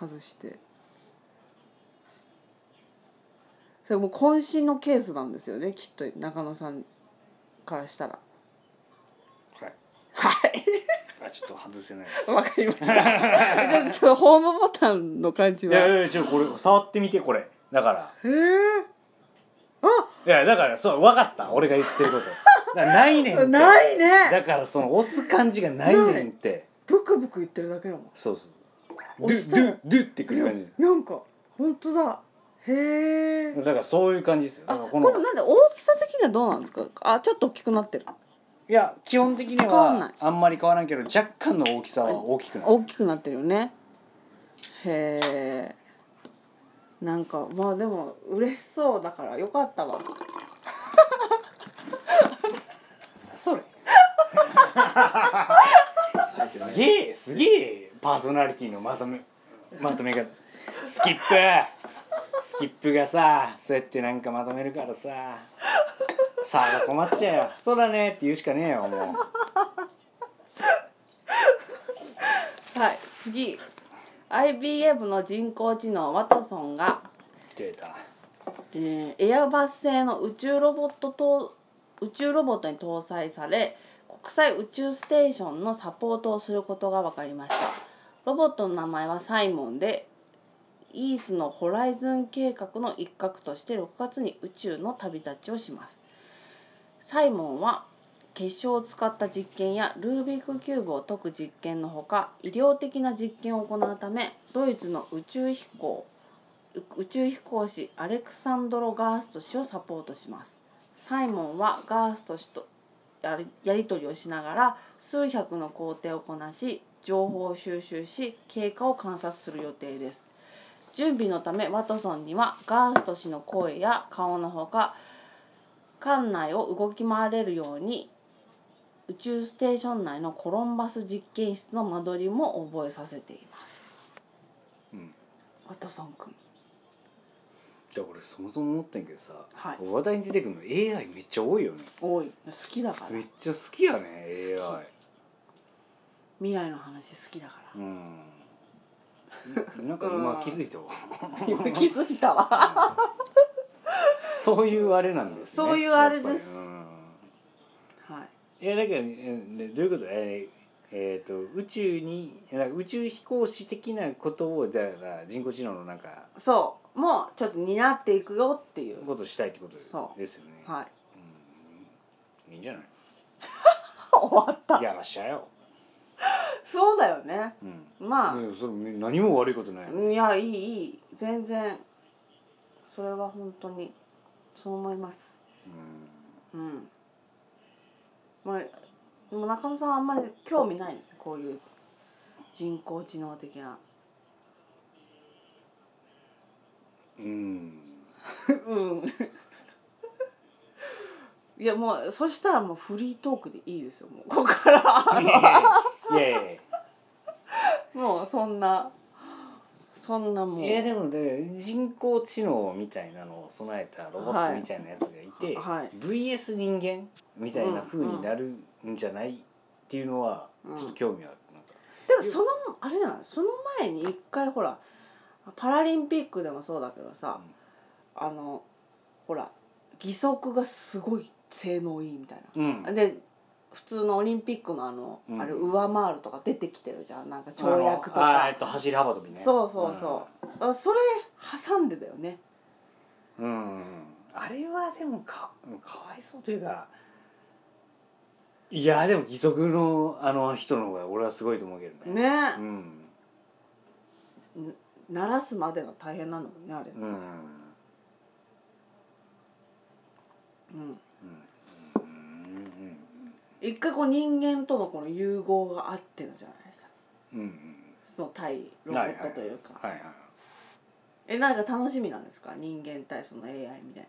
Speaker 1: 外してそれもう渾身のケースなんですよねきっと中野さんからしたら
Speaker 2: はい
Speaker 1: はい
Speaker 2: あちょっと外 せない
Speaker 1: わかりましたちょっとそのホームボタンの感じ
Speaker 2: い
Speaker 1: は
Speaker 2: やい
Speaker 1: へえ
Speaker 2: やいやちょっとこれ触ってみてこれだから
Speaker 1: あ
Speaker 2: いやだからそう分かった俺が言ってることだから ないねんって
Speaker 1: ないね
Speaker 2: だからその押す感じがないねんって
Speaker 1: ブクブク言ってるだけだもん
Speaker 2: そうそうド
Speaker 1: 押
Speaker 2: ゥ
Speaker 1: した
Speaker 2: ド
Speaker 1: ら
Speaker 2: ゥドゥってくる感
Speaker 1: ななんか本当だへえ
Speaker 2: じだからそういう感じですよだ
Speaker 1: あ
Speaker 2: から
Speaker 1: こ
Speaker 2: こ
Speaker 1: れ
Speaker 2: の
Speaker 1: なんで大きさ的にはどうなんですかあちょっと大きくなってる
Speaker 2: いや基本的に
Speaker 1: 変わんない
Speaker 2: はあんまり変わらんけど若干の大きさは大きくなる
Speaker 1: 大きくなってるよねへえんかまあでも嬉しそうだからよかったわ
Speaker 2: それすげえすげえパーソナリティのまとめまとめ方スキップスキップがさそうやってなんかまとめるからささあ困っちゃうよ「そうだね」って言うしかねえよも
Speaker 1: はい次 IBM の人工知能ワトソンが、
Speaker 2: う出た
Speaker 1: えーエアバス製の宇宙ロボットと宇宙ロボットに搭載され国際宇宙ステーションのサポートをすることが分かりましたロボットの名前はサイモンでイースのホライズン計画の一角として6月に宇宙の旅立ちをしますサイモンは結晶を使った実験やルービックキューブを解く実験のほか医療的な実験を行うためドイツの宇宙飛行う宇宙飛行士アレクサンドロ・ガースト氏をサポートしますサイモンはガースト氏とやりやり取りをしながら数百の工程をこなし情報を収集し経過を観察する予定です準備のためワトソンにはガースト氏の声や顔のほか館内を動き回れるように宇宙ステーション内のコロンバス実験室の間取りも覚えさせています、
Speaker 2: うん
Speaker 1: ワトソン君
Speaker 2: いや俺そもそも思ってんけどさ、
Speaker 1: はい
Speaker 2: 話題に出てくるの AI めっちゃ多いよね
Speaker 1: 多い好きだから
Speaker 2: めっちゃ好きやね
Speaker 1: 好き
Speaker 2: AI
Speaker 1: 未来の話好きだから、
Speaker 2: うんなんか今気づいた わ
Speaker 1: 今気づいたわ
Speaker 2: そういうあれなんですね
Speaker 1: そういうあれです
Speaker 2: やっぱり
Speaker 1: はい
Speaker 2: うんいやだから、ね、どういうことえーえー、と宇宙になんか宇宙飛行士的なことをだから人工知能のなんか
Speaker 1: そうもうちょっと担っていくよっていう
Speaker 2: ことをしたいってことです
Speaker 1: そう
Speaker 2: よね、
Speaker 1: はい
Speaker 2: うん、いいんじゃない
Speaker 1: 終わった
Speaker 2: やらっしゃいよ、
Speaker 1: そうだよね
Speaker 2: うん
Speaker 1: まあ、
Speaker 2: ねそれね何も悪いことない、
Speaker 1: いやいいいい全然それは本当にそう思いますうんまあでも中野さんはあんまり興味ないですねこういう人工知能的な
Speaker 2: うん、うん、
Speaker 1: うん いやもうそしたらもうフリートークでいいですよもうここから
Speaker 2: いやいやいや
Speaker 1: もうそんなそんなもう
Speaker 2: いやでもね人工知能みたいなのを備えたロボットみたいなやつがいて、
Speaker 1: はいはい
Speaker 2: VS 人間みたいな風になるんじゃないっていうのは
Speaker 1: うん
Speaker 2: ちょっと興味ある、なんか
Speaker 1: てかそのあれじゃないその前に一回ほらパラリンピックでもそうだけどさ、あのほら義足がすごい性能いいみたい
Speaker 2: うん
Speaker 1: な、で普通のオリンピックのあの、
Speaker 2: うん
Speaker 1: あれ上回るとか出てきてるじゃんなんか跳躍とか
Speaker 2: あ、えっと走り幅跳びね
Speaker 1: そうそうそう、だからそれ挟んでだよね
Speaker 2: うん、うんうんあれはでもかかわいそうというかいやでも義足のあの人の方が俺はすごいと思うけどね
Speaker 1: ね、
Speaker 2: うん
Speaker 1: 鳴らすまでが大変なんだもんねあれ、
Speaker 2: うんうん
Speaker 1: うん
Speaker 2: うん
Speaker 1: 一回こう人間とのこの融合があってのじゃないですか
Speaker 2: うんうん
Speaker 1: その対ロボットというか、
Speaker 2: はいはい
Speaker 1: えなんか楽しみなんですか人間対その AI みたい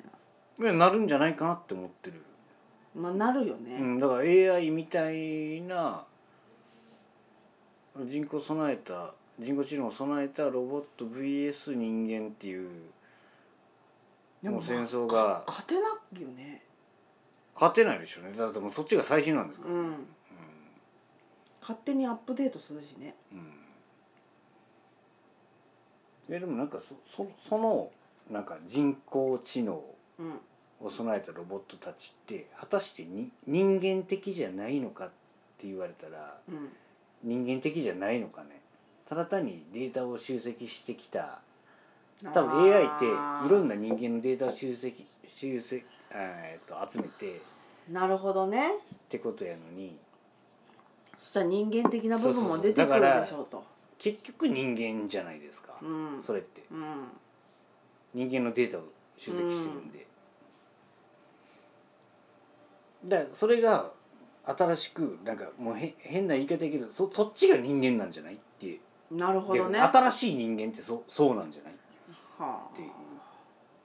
Speaker 2: いやなるんじゃないかなって思ってる、
Speaker 1: なまあなるよ
Speaker 2: う
Speaker 1: ね、
Speaker 2: ん、だから AI みたいな人工備えた人工知能を備えたロボット VS 人間っていう
Speaker 1: で
Speaker 2: もう戦争
Speaker 1: ま
Speaker 2: が
Speaker 1: あか勝てないよね
Speaker 2: 勝てないでしょうねだってもうそっちが最新なんですから、
Speaker 1: うん勝手にアップデートするしね
Speaker 2: うんいやでもなんかそそそのなんか人工知能
Speaker 1: うん
Speaker 2: を備えたロボットたちって果たしてに人間的じゃないのかって言われたら
Speaker 1: うん
Speaker 2: 人間的じゃないのかねただ単にデータを集積してきた
Speaker 1: 多
Speaker 2: 多分 AI っていろんな人間のデータを集積集積あーえっと集めてっ
Speaker 1: なるほどね
Speaker 2: てことやのに
Speaker 1: そしたら人間的な部分も出て
Speaker 2: そうそうそうだ
Speaker 1: くる
Speaker 2: から
Speaker 1: でしょうと
Speaker 2: 結局人間じゃないですか、
Speaker 1: うん
Speaker 2: それって
Speaker 1: うん
Speaker 2: 人間のデータを集積してるんで、だからそれが新しくなんかもうへ変な言い方やけどそそっちが人間なんじゃないっていう
Speaker 1: なるほど
Speaker 2: で
Speaker 1: ね
Speaker 2: 新しい人間ってそそうなんじゃない
Speaker 1: は
Speaker 2: っていう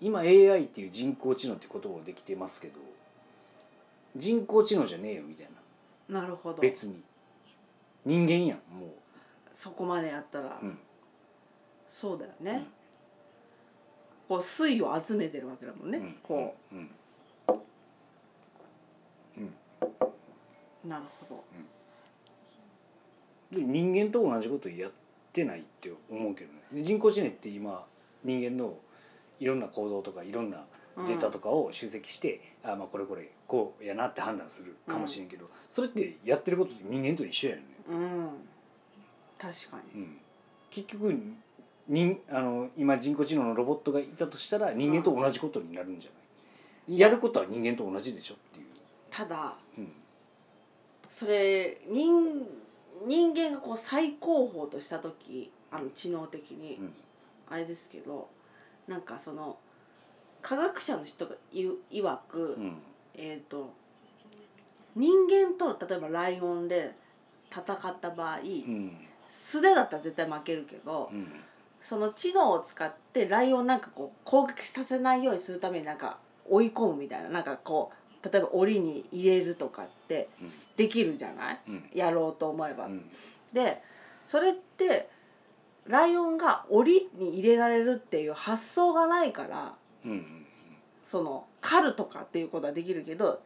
Speaker 2: 今 AI っていう人工知能って言葉をできてますけど人工知能じゃねえよみたいな
Speaker 1: あなるほど
Speaker 2: 別に人間やんも
Speaker 1: そこまでやったら、
Speaker 2: う、うん、
Speaker 1: そうだよね、こう水を集めてるわけだもんね、
Speaker 2: うん
Speaker 1: こ
Speaker 2: うん、うん
Speaker 1: うなるほど
Speaker 2: で人間と同じことやってないって思うけどねで人工知能って今人間のいろんな行動とかいろんなデータとかを集積して、あまあこれこれこうやなって判断するかもしれんけど、それってやってることって人間と一緒やよね、
Speaker 1: うん確か
Speaker 2: う
Speaker 1: に、
Speaker 2: ん、結局人あの今人工知能のロボットがいたとしたら人間と同じことになるんじゃない、やることは人間と同じでしょっていう、
Speaker 1: ただ
Speaker 2: うん、
Speaker 1: それ人人間がこう最高峰とした時あの知能的に、
Speaker 2: うん
Speaker 1: あれですけどなんかその科学者の人が言う曰く、
Speaker 2: うん
Speaker 1: えっ、と人間と例えばライオンで戦った場合、
Speaker 2: うん
Speaker 1: 素手だったら絶対負けるけど、
Speaker 2: うん
Speaker 1: その知能を使ってライオンなんかこう攻撃させないようにするためになんか追い込むみたいななんかこう例えば檻に入れるとかって
Speaker 2: うん
Speaker 1: できるじゃない、
Speaker 2: うん
Speaker 1: やろうと思えば。
Speaker 2: うん
Speaker 1: でそれってライオンが檻に入れられるっていう発想がないから
Speaker 2: うんうん
Speaker 1: その狩るとかっていうことはできるけど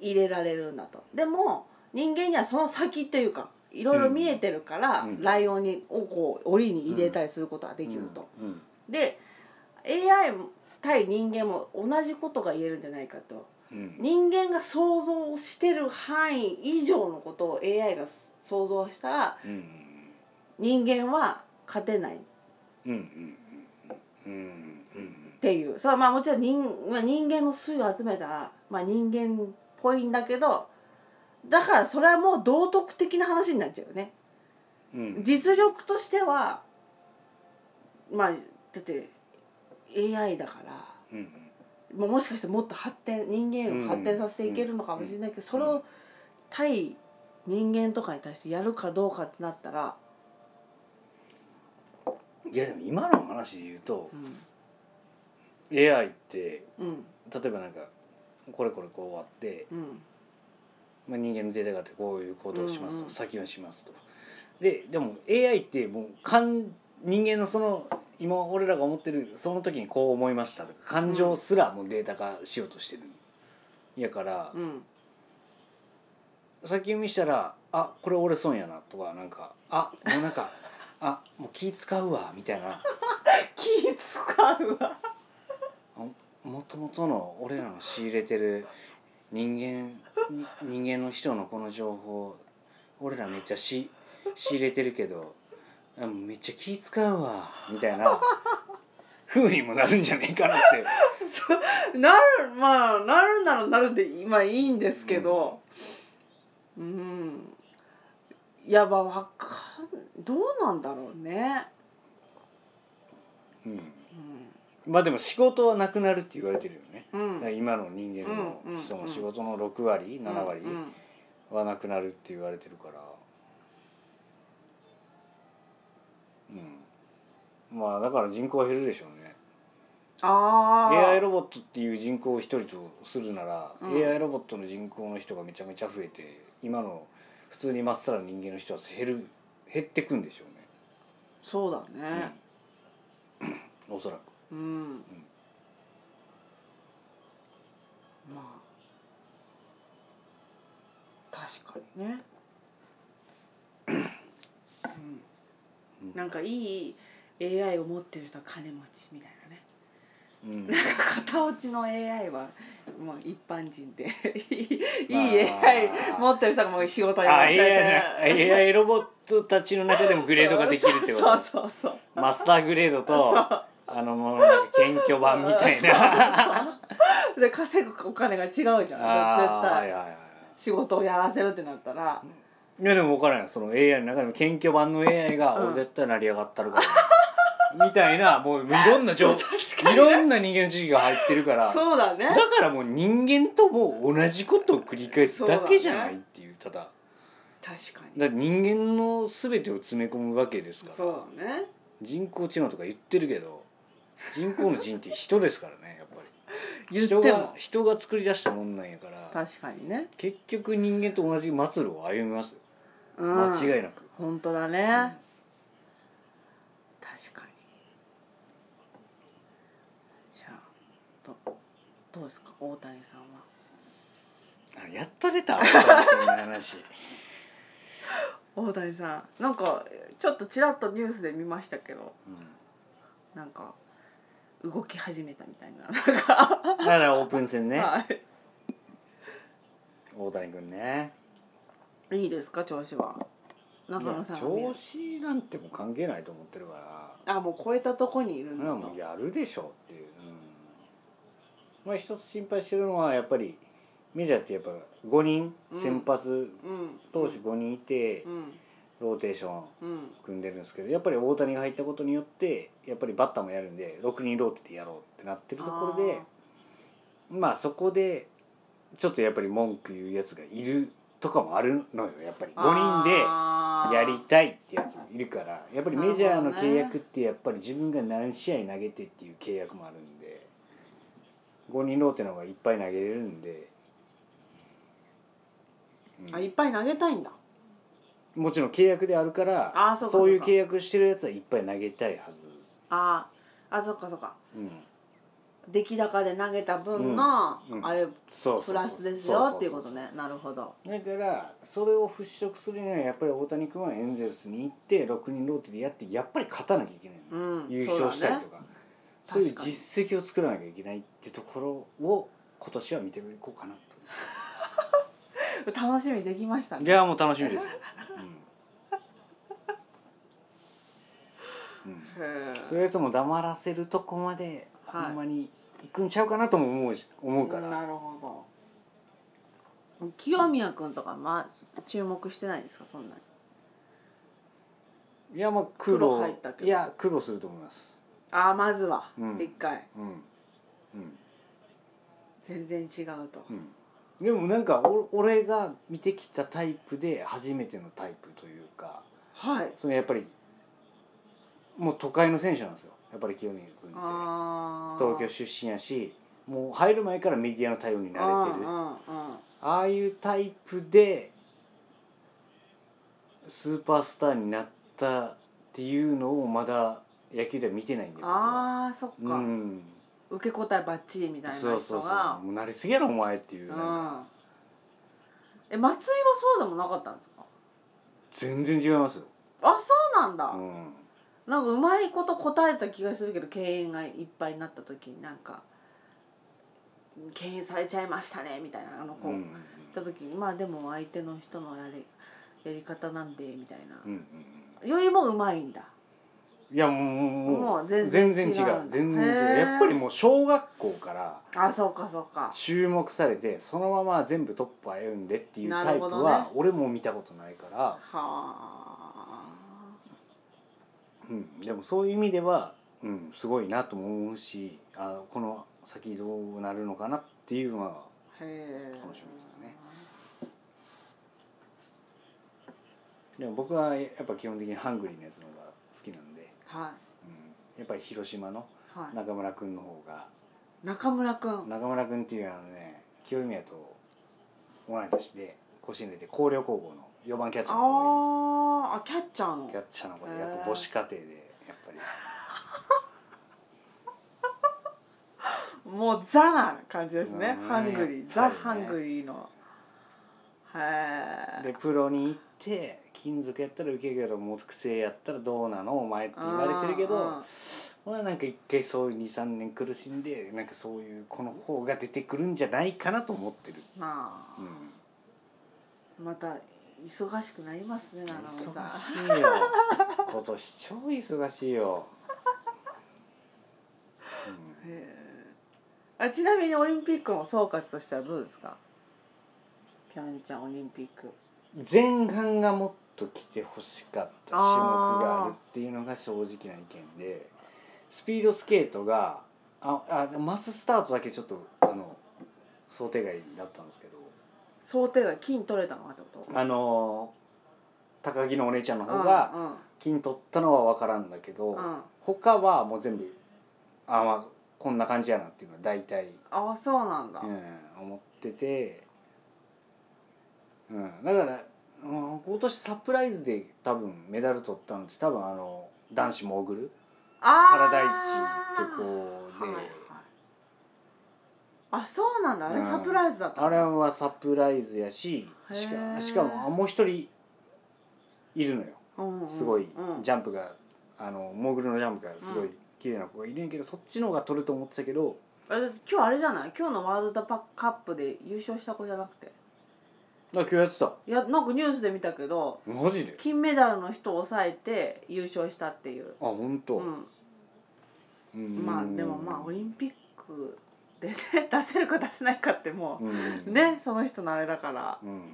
Speaker 1: 入れられるんだと。でも人間にはその先というかいろいろ見えてるから、
Speaker 2: うん
Speaker 1: ライオンにをこう檻に入れたりすることができると。
Speaker 2: うん
Speaker 1: で AI 対人間も同じことが言えるんじゃないかと。
Speaker 2: うん
Speaker 1: 人間が想像してる範囲以上のことを AI が想像したら
Speaker 2: うん
Speaker 1: 人間は勝てないっ
Speaker 2: うんうんうんうんうん
Speaker 1: ていうそれはまあもちろん人,、まあ、人間の数を集めたら、まあ、人間っぽいんだけどだからそれはもう道徳的な話になっちゃうよね。
Speaker 2: うん
Speaker 1: 実力としてはまあだって AI だから。
Speaker 2: うん
Speaker 1: もうもしかしてもっと発展人間を発展させていけるのかもしれないけど、それを対人間とかに対してやるかどうかってなったら、
Speaker 2: いやでも今の話で言うと
Speaker 1: う
Speaker 2: AI って
Speaker 1: んうん
Speaker 2: 例えばなんかこれこれこうあって、
Speaker 1: うん
Speaker 2: まあ、人間のデータがあってこういう行動をしますと、
Speaker 1: うんうん
Speaker 2: 先をしますと。ででも AI ってもう感人間のその今俺らが思ってるその時にこう思いましたとか感情すらもうデータ化しようとしてる。やから、
Speaker 1: うん
Speaker 2: 先読みしたら「あこれ俺損やな」とかなんか「あもうなんかあもう気使うわ」みたいな
Speaker 1: 気使うわ
Speaker 2: もともとの俺らの仕入れてる人間に人間の人のこの情報俺らめっちゃし仕入れてるけどあめっちゃ気使うわみたいな 風にもなるんじゃねえかなって
Speaker 1: そうなるまあなるならなるで今いいんですけどうん、いやばわかんどうなんだろうね、
Speaker 2: うん
Speaker 1: うん
Speaker 2: まあでも仕事はなくなるって言われてるよね、
Speaker 1: うん
Speaker 2: だから今の人間の人の仕事の6割7割、
Speaker 1: うんうん
Speaker 2: はなくなるって言われてるからうんまあだから人口は減るでしょうね
Speaker 1: ああ
Speaker 2: AI ロボットっていう人口を一人とするなら、
Speaker 1: うん
Speaker 2: AI ロボットの人口の人がめちゃめちゃ増えて今の普通にまっさらな人間の人は減る減ってくんでしょ
Speaker 1: そうだ
Speaker 2: うね
Speaker 1: ね、
Speaker 2: うん、おそらく
Speaker 1: うんまあ確かにね、うん、なんかいい AI を持ってる人は金持ちみたいなね
Speaker 2: うん
Speaker 1: なんか片落ちの AI はもう一般人 でいい
Speaker 2: まあ
Speaker 1: いい AI 持ってる人がもう仕事
Speaker 2: あ
Speaker 1: やらさ
Speaker 2: AI,
Speaker 1: れて
Speaker 2: な AI ロボットたちの中でもグレードができるってこ
Speaker 1: そう
Speaker 2: と
Speaker 1: そうそう
Speaker 2: マスターグレード
Speaker 1: そ
Speaker 2: と
Speaker 1: う
Speaker 2: あのもうなんか謙虚版み たいな。
Speaker 1: そうで稼ぐお金が違うじゃん絶
Speaker 2: あーはいはい
Speaker 1: 対
Speaker 2: はいは
Speaker 1: 仕事をやらせるってなったら
Speaker 2: いいやでも分からないその AI の中でも謙虚版の AI が、
Speaker 1: うん
Speaker 2: 俺絶対成り上がったるからみたいなもういろんな情報いろんな人間の知識が入ってるからだ
Speaker 1: そうだね
Speaker 2: からもう人間ともう同じことを繰り返すだけじゃないっていうただだ
Speaker 1: 確かに
Speaker 2: って人間の全てを詰め込むわけですから
Speaker 1: そうだね
Speaker 2: 人工知能とか言ってるけど人工の人って人ですからねやっぱり
Speaker 1: 言って
Speaker 2: 人が
Speaker 1: も
Speaker 2: 人が作り出したもんなんやから
Speaker 1: 確かにね、
Speaker 2: 結局人間と同じ末路を歩みますよ
Speaker 1: うん、
Speaker 2: 間違いなく。
Speaker 1: 本当だね、
Speaker 2: うん
Speaker 1: 確かにじゃあどどうですか大谷さんは
Speaker 2: あやっと出たこんな話
Speaker 1: 大谷さんなんかちょっとちらっとニュースで見ましたけど
Speaker 2: うん
Speaker 1: なんか動き始めたみたいななんか、
Speaker 2: だからオープン戦ね
Speaker 1: はい
Speaker 2: 大谷君ね
Speaker 1: いいですか調子は中野さん
Speaker 2: い
Speaker 1: が見る
Speaker 2: や調子なんてもう関係ないと思ってるか
Speaker 1: あもう超えたとこにいる
Speaker 2: ら
Speaker 1: ん
Speaker 2: そ
Speaker 1: だ
Speaker 2: れは
Speaker 1: と
Speaker 2: もうやるでしょうっていう、うんまあ一つ心配してるのはやっぱりメジャーってやっぱ5人
Speaker 1: うん
Speaker 2: 先発
Speaker 1: うん
Speaker 2: 投手5人いて
Speaker 1: うん
Speaker 2: ローテーション
Speaker 1: うん
Speaker 2: 組んでるんですけどやっぱり大谷が入ったことによってやっぱりバッターもやるんで6人ローテでやろうってなってるところでまあそこでちょっとやっぱり文句言うやつがいるとかもあるのよやっぱり5人
Speaker 1: 人
Speaker 2: でやりたいってやつもいるからやっぱりメジャーの
Speaker 1: なるほど
Speaker 2: 契
Speaker 1: ね
Speaker 2: 約ってやっぱり自分が何試合投げてっていう契約もあるんで5人ローテの方がいっぱい投げれるんで
Speaker 1: あいっぱい投げたいんだ
Speaker 2: もちろん契約であるから
Speaker 1: あーそうかそうか
Speaker 2: そういう契約してるやつはいっぱい投げたいはず。
Speaker 1: あーあそっかそっか
Speaker 2: うん
Speaker 1: 出来高で投げた分の、
Speaker 2: うんうん
Speaker 1: あれ
Speaker 2: そうそうそ
Speaker 1: プ
Speaker 2: う
Speaker 1: ラスです
Speaker 2: そ
Speaker 1: よ
Speaker 2: そそ
Speaker 1: っていうことねなるほど
Speaker 2: だからそれを払拭するにはやっぱり大谷君はエンゼルスに行って6人ローテでやってやっぱり勝たなきゃいけないの、
Speaker 1: うん
Speaker 2: 優勝したりとかそ,、
Speaker 1: そううだね
Speaker 2: いう実績を作らなきゃいけないってところを今年は見ていこうかなと
Speaker 1: 楽しみできました
Speaker 2: い
Speaker 1: ね
Speaker 2: やもう楽しみですよ、うんうん、
Speaker 1: へー
Speaker 2: それとも黙らせるとこまで
Speaker 1: はい
Speaker 2: ほんまに行くんちゃうかなとも思うし思うから、
Speaker 1: なるほど清宮君とかまあ注目してないですかそんなに
Speaker 2: いやまあ苦労
Speaker 1: 黒入ったけど
Speaker 2: いや苦労すると思います
Speaker 1: ああまずは
Speaker 2: うん
Speaker 1: 一回、
Speaker 2: うんうん
Speaker 1: 全然違うと、
Speaker 2: うん、でもなんかお俺が見てきたタイプで初めてのタイプというか
Speaker 1: はい
Speaker 2: そのやっぱりもう都会の選手なんですよやっぱり清宮君って
Speaker 1: あ
Speaker 2: 東京出身やしもう入る前からメディアの対応に慣れてるあ
Speaker 1: る
Speaker 2: あいうタイプでスーパースターになったっていうのをまだ野球では見てないんだよ僕は
Speaker 1: あーそっか、
Speaker 2: うん、
Speaker 1: 受け答えばっちりみたいな人
Speaker 2: そ
Speaker 1: が
Speaker 2: うそうそうもう慣れすぎやろお前っていうなんか
Speaker 1: うん、え松井はそうでもなかったんですか
Speaker 2: 全然違いますよ、
Speaker 1: あそうなんだ、
Speaker 2: うん
Speaker 1: なんかうまいこと答えた気がするけど敬遠がいっぱいになった時になんか敬遠されちゃいましたねみたいなあの子、
Speaker 2: う
Speaker 1: 言っ
Speaker 2: ん
Speaker 1: た時にまあでも相手の人のやりやり方なんでみたいな
Speaker 2: う、んうん
Speaker 1: よりもうまいんだ
Speaker 2: いやもうもう
Speaker 1: もう全
Speaker 2: 全
Speaker 1: 然
Speaker 2: 然違う
Speaker 1: 違うん
Speaker 2: 全
Speaker 1: だ
Speaker 2: 然違う
Speaker 1: へー
Speaker 2: やっぱりもう小学校から
Speaker 1: あそうかそうか
Speaker 2: 注目されてそのまま全部トップ歩んでっていうタイプ
Speaker 1: なるほど
Speaker 2: は
Speaker 1: ね
Speaker 2: 俺も見たことないから
Speaker 1: は、あ
Speaker 2: うん、でもそういう意味では、うん、すごいなとも思うしあこの先どうなるのかなっていうのは
Speaker 1: へえ
Speaker 2: 楽しみですねでも僕はやっぱ基本的にハングリーなやつの方が好きなんで、
Speaker 1: は
Speaker 2: うん、やっぱり広島の
Speaker 1: いはい
Speaker 2: 中村君の方が
Speaker 1: 中村くん
Speaker 2: 中村君っていうあのね清宮と同い年で甲子園出て広陵高校の4番キャッチャーの
Speaker 1: あーあキャッチャー
Speaker 2: 子
Speaker 1: の
Speaker 2: がいるんですキャッチャーの子でやっぱ母子家庭でやっぱり
Speaker 1: もうザな感じですね、
Speaker 2: うん
Speaker 1: ハングリー、ザ・
Speaker 2: やっぱ
Speaker 1: ハ
Speaker 2: りね
Speaker 1: ングリーのへえ
Speaker 2: でプロに行って金属やったら受けるけど木製やったらどうなのお前って言われてるけど俺はなんか一回そういう23年苦しんでなんかそういうこの方が出てくるんじゃないかなと思ってる、
Speaker 1: まあ、
Speaker 2: うん、
Speaker 1: また忙しくなりますね長
Speaker 2: 忙し
Speaker 1: 野さん
Speaker 2: いよ今年超忙しいよ、うん
Speaker 1: へーあちなみにオリンピックの総括としてはどうですかピョンチャンオリンピック
Speaker 2: 前半がもっと来てほしかった種目があるっていうのが正直な意見でスピードスケートがああマススタートだけちょっとあの想定外だったんですけど
Speaker 1: 想定外金取れたのかってこと
Speaker 2: あの高木のお姉ちゃんの方
Speaker 1: う
Speaker 2: が
Speaker 1: んうん
Speaker 2: 金取ったのは分からんだけど、
Speaker 1: うん
Speaker 2: 他はもう全部あまあこんな感じやなっていうのは大体、
Speaker 1: ああそうなんだ、
Speaker 2: うん、思ってて、うん、だから、うん、今年サプライズで多分メダル取ったのって多分あの男子モーグル
Speaker 1: あ
Speaker 2: パ
Speaker 1: あ
Speaker 2: ラダイチってこ
Speaker 1: はいは
Speaker 2: う
Speaker 1: い
Speaker 2: で、
Speaker 1: あそうなんだあれ、
Speaker 2: うん
Speaker 1: サプライズだった
Speaker 2: あれはサプライズやしし
Speaker 1: へ
Speaker 2: か
Speaker 1: ー
Speaker 2: しかもあもう一人いるのよ
Speaker 1: うんうん
Speaker 2: すごい
Speaker 1: うん
Speaker 2: ジャンプが、あのモーグルのジャンプがすごい綺麗な子がいるんやけど、そっちの方が取ると思ってたけど。
Speaker 1: 私今日あれじゃない今日のワールドカップで優勝した子じゃなくて
Speaker 2: あ今日やってた
Speaker 1: いやなんかニュースで見たけど
Speaker 2: マジで
Speaker 1: 金メダルの人を抑えて優勝したっていう、
Speaker 2: あ本当、
Speaker 1: うん、
Speaker 2: うん
Speaker 1: まあでもまあオリンピックでね 出せるか出せないかっても
Speaker 2: うん
Speaker 1: う、ねその人のあれだから
Speaker 2: うんうん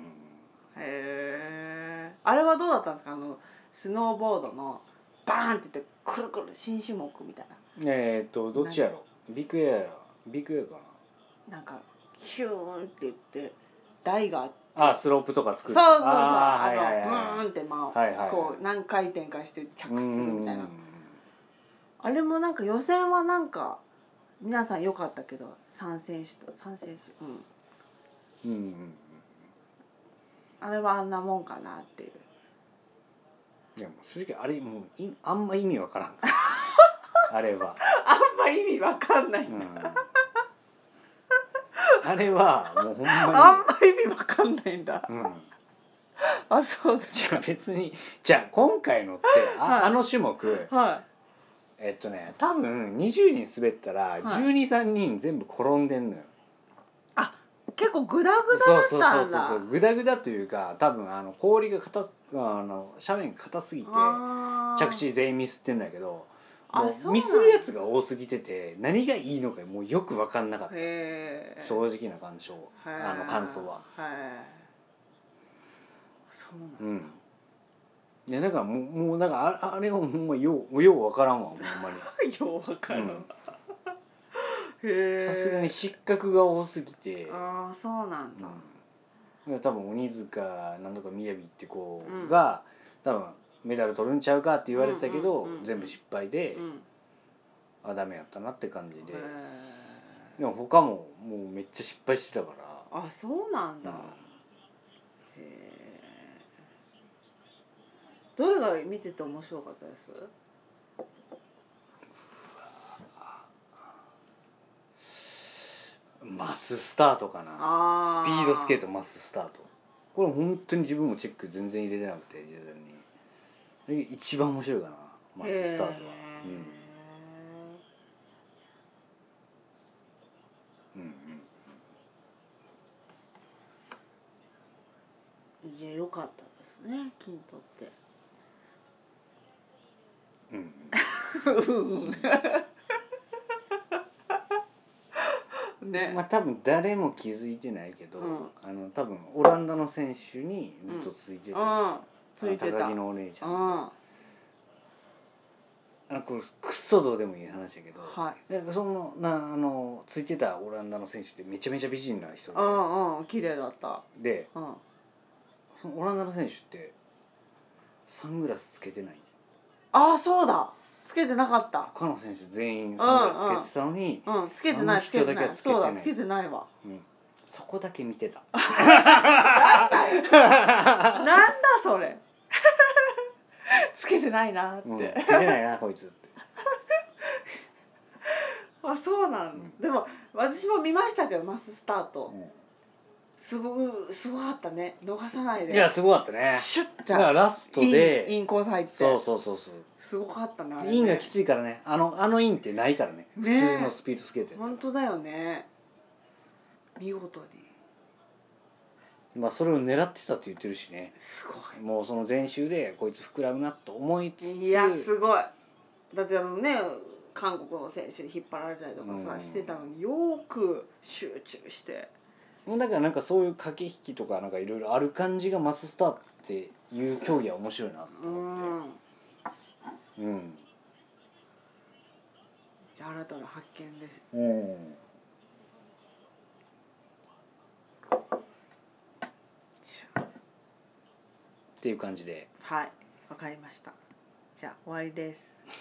Speaker 1: へえあれはどうだったんですかあのスノーボードのバーンって言ってくるくる新種目みたい
Speaker 2: うんえー、っとどっちやろビッグエアやビッグエアか
Speaker 1: ななんかヒューンって言って台があって。
Speaker 2: なあスロープとか作
Speaker 1: そう
Speaker 2: る
Speaker 1: そうそう
Speaker 2: あ
Speaker 1: あ
Speaker 2: ーはいはいはい
Speaker 1: のブーンってまあ、
Speaker 2: はいはいはい
Speaker 1: こう何回転かして着地するみたいな
Speaker 2: うん
Speaker 1: あれもなんか予選はなんか皆さん良かったけど3選手と3選手うん
Speaker 2: うんうん
Speaker 1: あれはあんなもんかなっていう
Speaker 2: いやもう正直あれもういあんま意味わからんあれは
Speaker 1: あんまは意味わかんない、
Speaker 2: うん、あれはもうほん
Speaker 1: あ
Speaker 2: ま
Speaker 1: んま意味わかんないんだ
Speaker 2: に、うん、
Speaker 1: あそうです
Speaker 2: じゃあ別にじゃあ今回のってあ,、
Speaker 1: はい
Speaker 2: あの種目
Speaker 1: は
Speaker 2: えっとね多分20人滑ったら
Speaker 1: い
Speaker 2: 123人全部転んでんのよ、
Speaker 1: いあ結構グダグダ
Speaker 2: そ
Speaker 1: だ
Speaker 2: う
Speaker 1: っ
Speaker 2: そう
Speaker 1: た
Speaker 2: そうんそう
Speaker 1: だ
Speaker 2: そうグダグダというか多分あの氷が硬すあの斜面が硬すぎて
Speaker 1: あー
Speaker 2: 着地全員ミスってんだけど
Speaker 1: あ
Speaker 2: も
Speaker 1: そう
Speaker 2: う
Speaker 1: なん
Speaker 2: ミスるやつが多すぎてて何がいいのかもうよく分かんなかった
Speaker 1: へえ
Speaker 2: 正直な感想あの感想は。
Speaker 1: はいそうなんだ
Speaker 2: うんいやだからもうもうだからああれはほんまようよう分からんわほんまに。
Speaker 1: ようわからん、
Speaker 2: うん
Speaker 1: へえ
Speaker 2: さすがに失格が多すぎて、
Speaker 1: ああそうなんだ、
Speaker 2: うん、多分鬼塚なんとかみやびって子
Speaker 1: うん
Speaker 2: が、多分メダル取るんちゃうかって言われてたけど、
Speaker 1: うんうんうんうん
Speaker 2: 全部失敗で、
Speaker 1: うん
Speaker 2: あダメやったなって感じで、
Speaker 1: へ
Speaker 2: でも他ももうめっちゃ失敗してたから、
Speaker 1: あそうなんだ、
Speaker 2: うん
Speaker 1: へえどれが見てて面白かったです
Speaker 2: マススタートかな
Speaker 1: あ
Speaker 2: スピードスケー
Speaker 1: ト
Speaker 2: トマススタートこれ本当に自分もチェック全然入れてなくて事前にあれ一番面白いかなマススタートは、うん、うんうん
Speaker 1: いや良かったですね金とって
Speaker 2: うんうん
Speaker 1: ね、
Speaker 2: まあ、多分誰も気づいてないけど、
Speaker 1: うん
Speaker 2: あの多分オランダの選手にずっとついてた、
Speaker 1: うんついて
Speaker 2: あの
Speaker 1: た
Speaker 2: 高木のお姉ちゃん、
Speaker 1: うん
Speaker 2: あのこれクソどうでもいい話やけど、
Speaker 1: は
Speaker 2: でそのなあのついてたオランダの選手ってめちゃめちゃ美人な人で,、
Speaker 1: うんうん綺麗だった
Speaker 2: で
Speaker 1: うん
Speaker 2: そのオランダの選手ってサングラスつけてない
Speaker 1: ああそうだつけてなかった
Speaker 2: 他の選手全員サングラスつけてたのに、
Speaker 1: うんつけて
Speaker 2: あ
Speaker 1: な
Speaker 2: の
Speaker 1: いつけ
Speaker 2: 人
Speaker 1: て
Speaker 2: だけ
Speaker 1: な
Speaker 2: はいつけて
Speaker 1: そう
Speaker 2: ない
Speaker 1: だつけてないわ
Speaker 2: うんそこだけ見てた
Speaker 1: なんだそれつけてないなって、
Speaker 2: うん見てないなこいつって
Speaker 1: あそうなんだ、でも私も見ましたけどマススタート
Speaker 2: う
Speaker 1: すごいすごかったね逃さ ない
Speaker 2: ん
Speaker 1: で
Speaker 2: いやすごかったね
Speaker 1: シュッて
Speaker 2: だからラストで
Speaker 1: インインコース入って
Speaker 2: そうそうそうそう
Speaker 1: すごかったねあれね
Speaker 2: インがきついからねあのあのインってないからね普
Speaker 1: ねえ
Speaker 2: 通のスピードスケートやったら
Speaker 1: 本当だよね見事に
Speaker 2: まあそれを狙ってたって言ってるしね
Speaker 1: すご
Speaker 2: もうその全集でこいつ膨らむなと思いつつ
Speaker 1: いいやすごいだってあのね韓国の選手に引っ張られたりとかさ、
Speaker 2: うん
Speaker 1: してたのによーく集中して
Speaker 2: もうだからなんかそういう駆け引きとかなんかいろいろある感じがマススターっていう競技は面白いなと
Speaker 1: う
Speaker 2: 思って
Speaker 1: ん
Speaker 2: うん
Speaker 1: じゃあ新たな発見です
Speaker 2: うんっていう感じで
Speaker 1: はいわかりましたじゃあ終わりです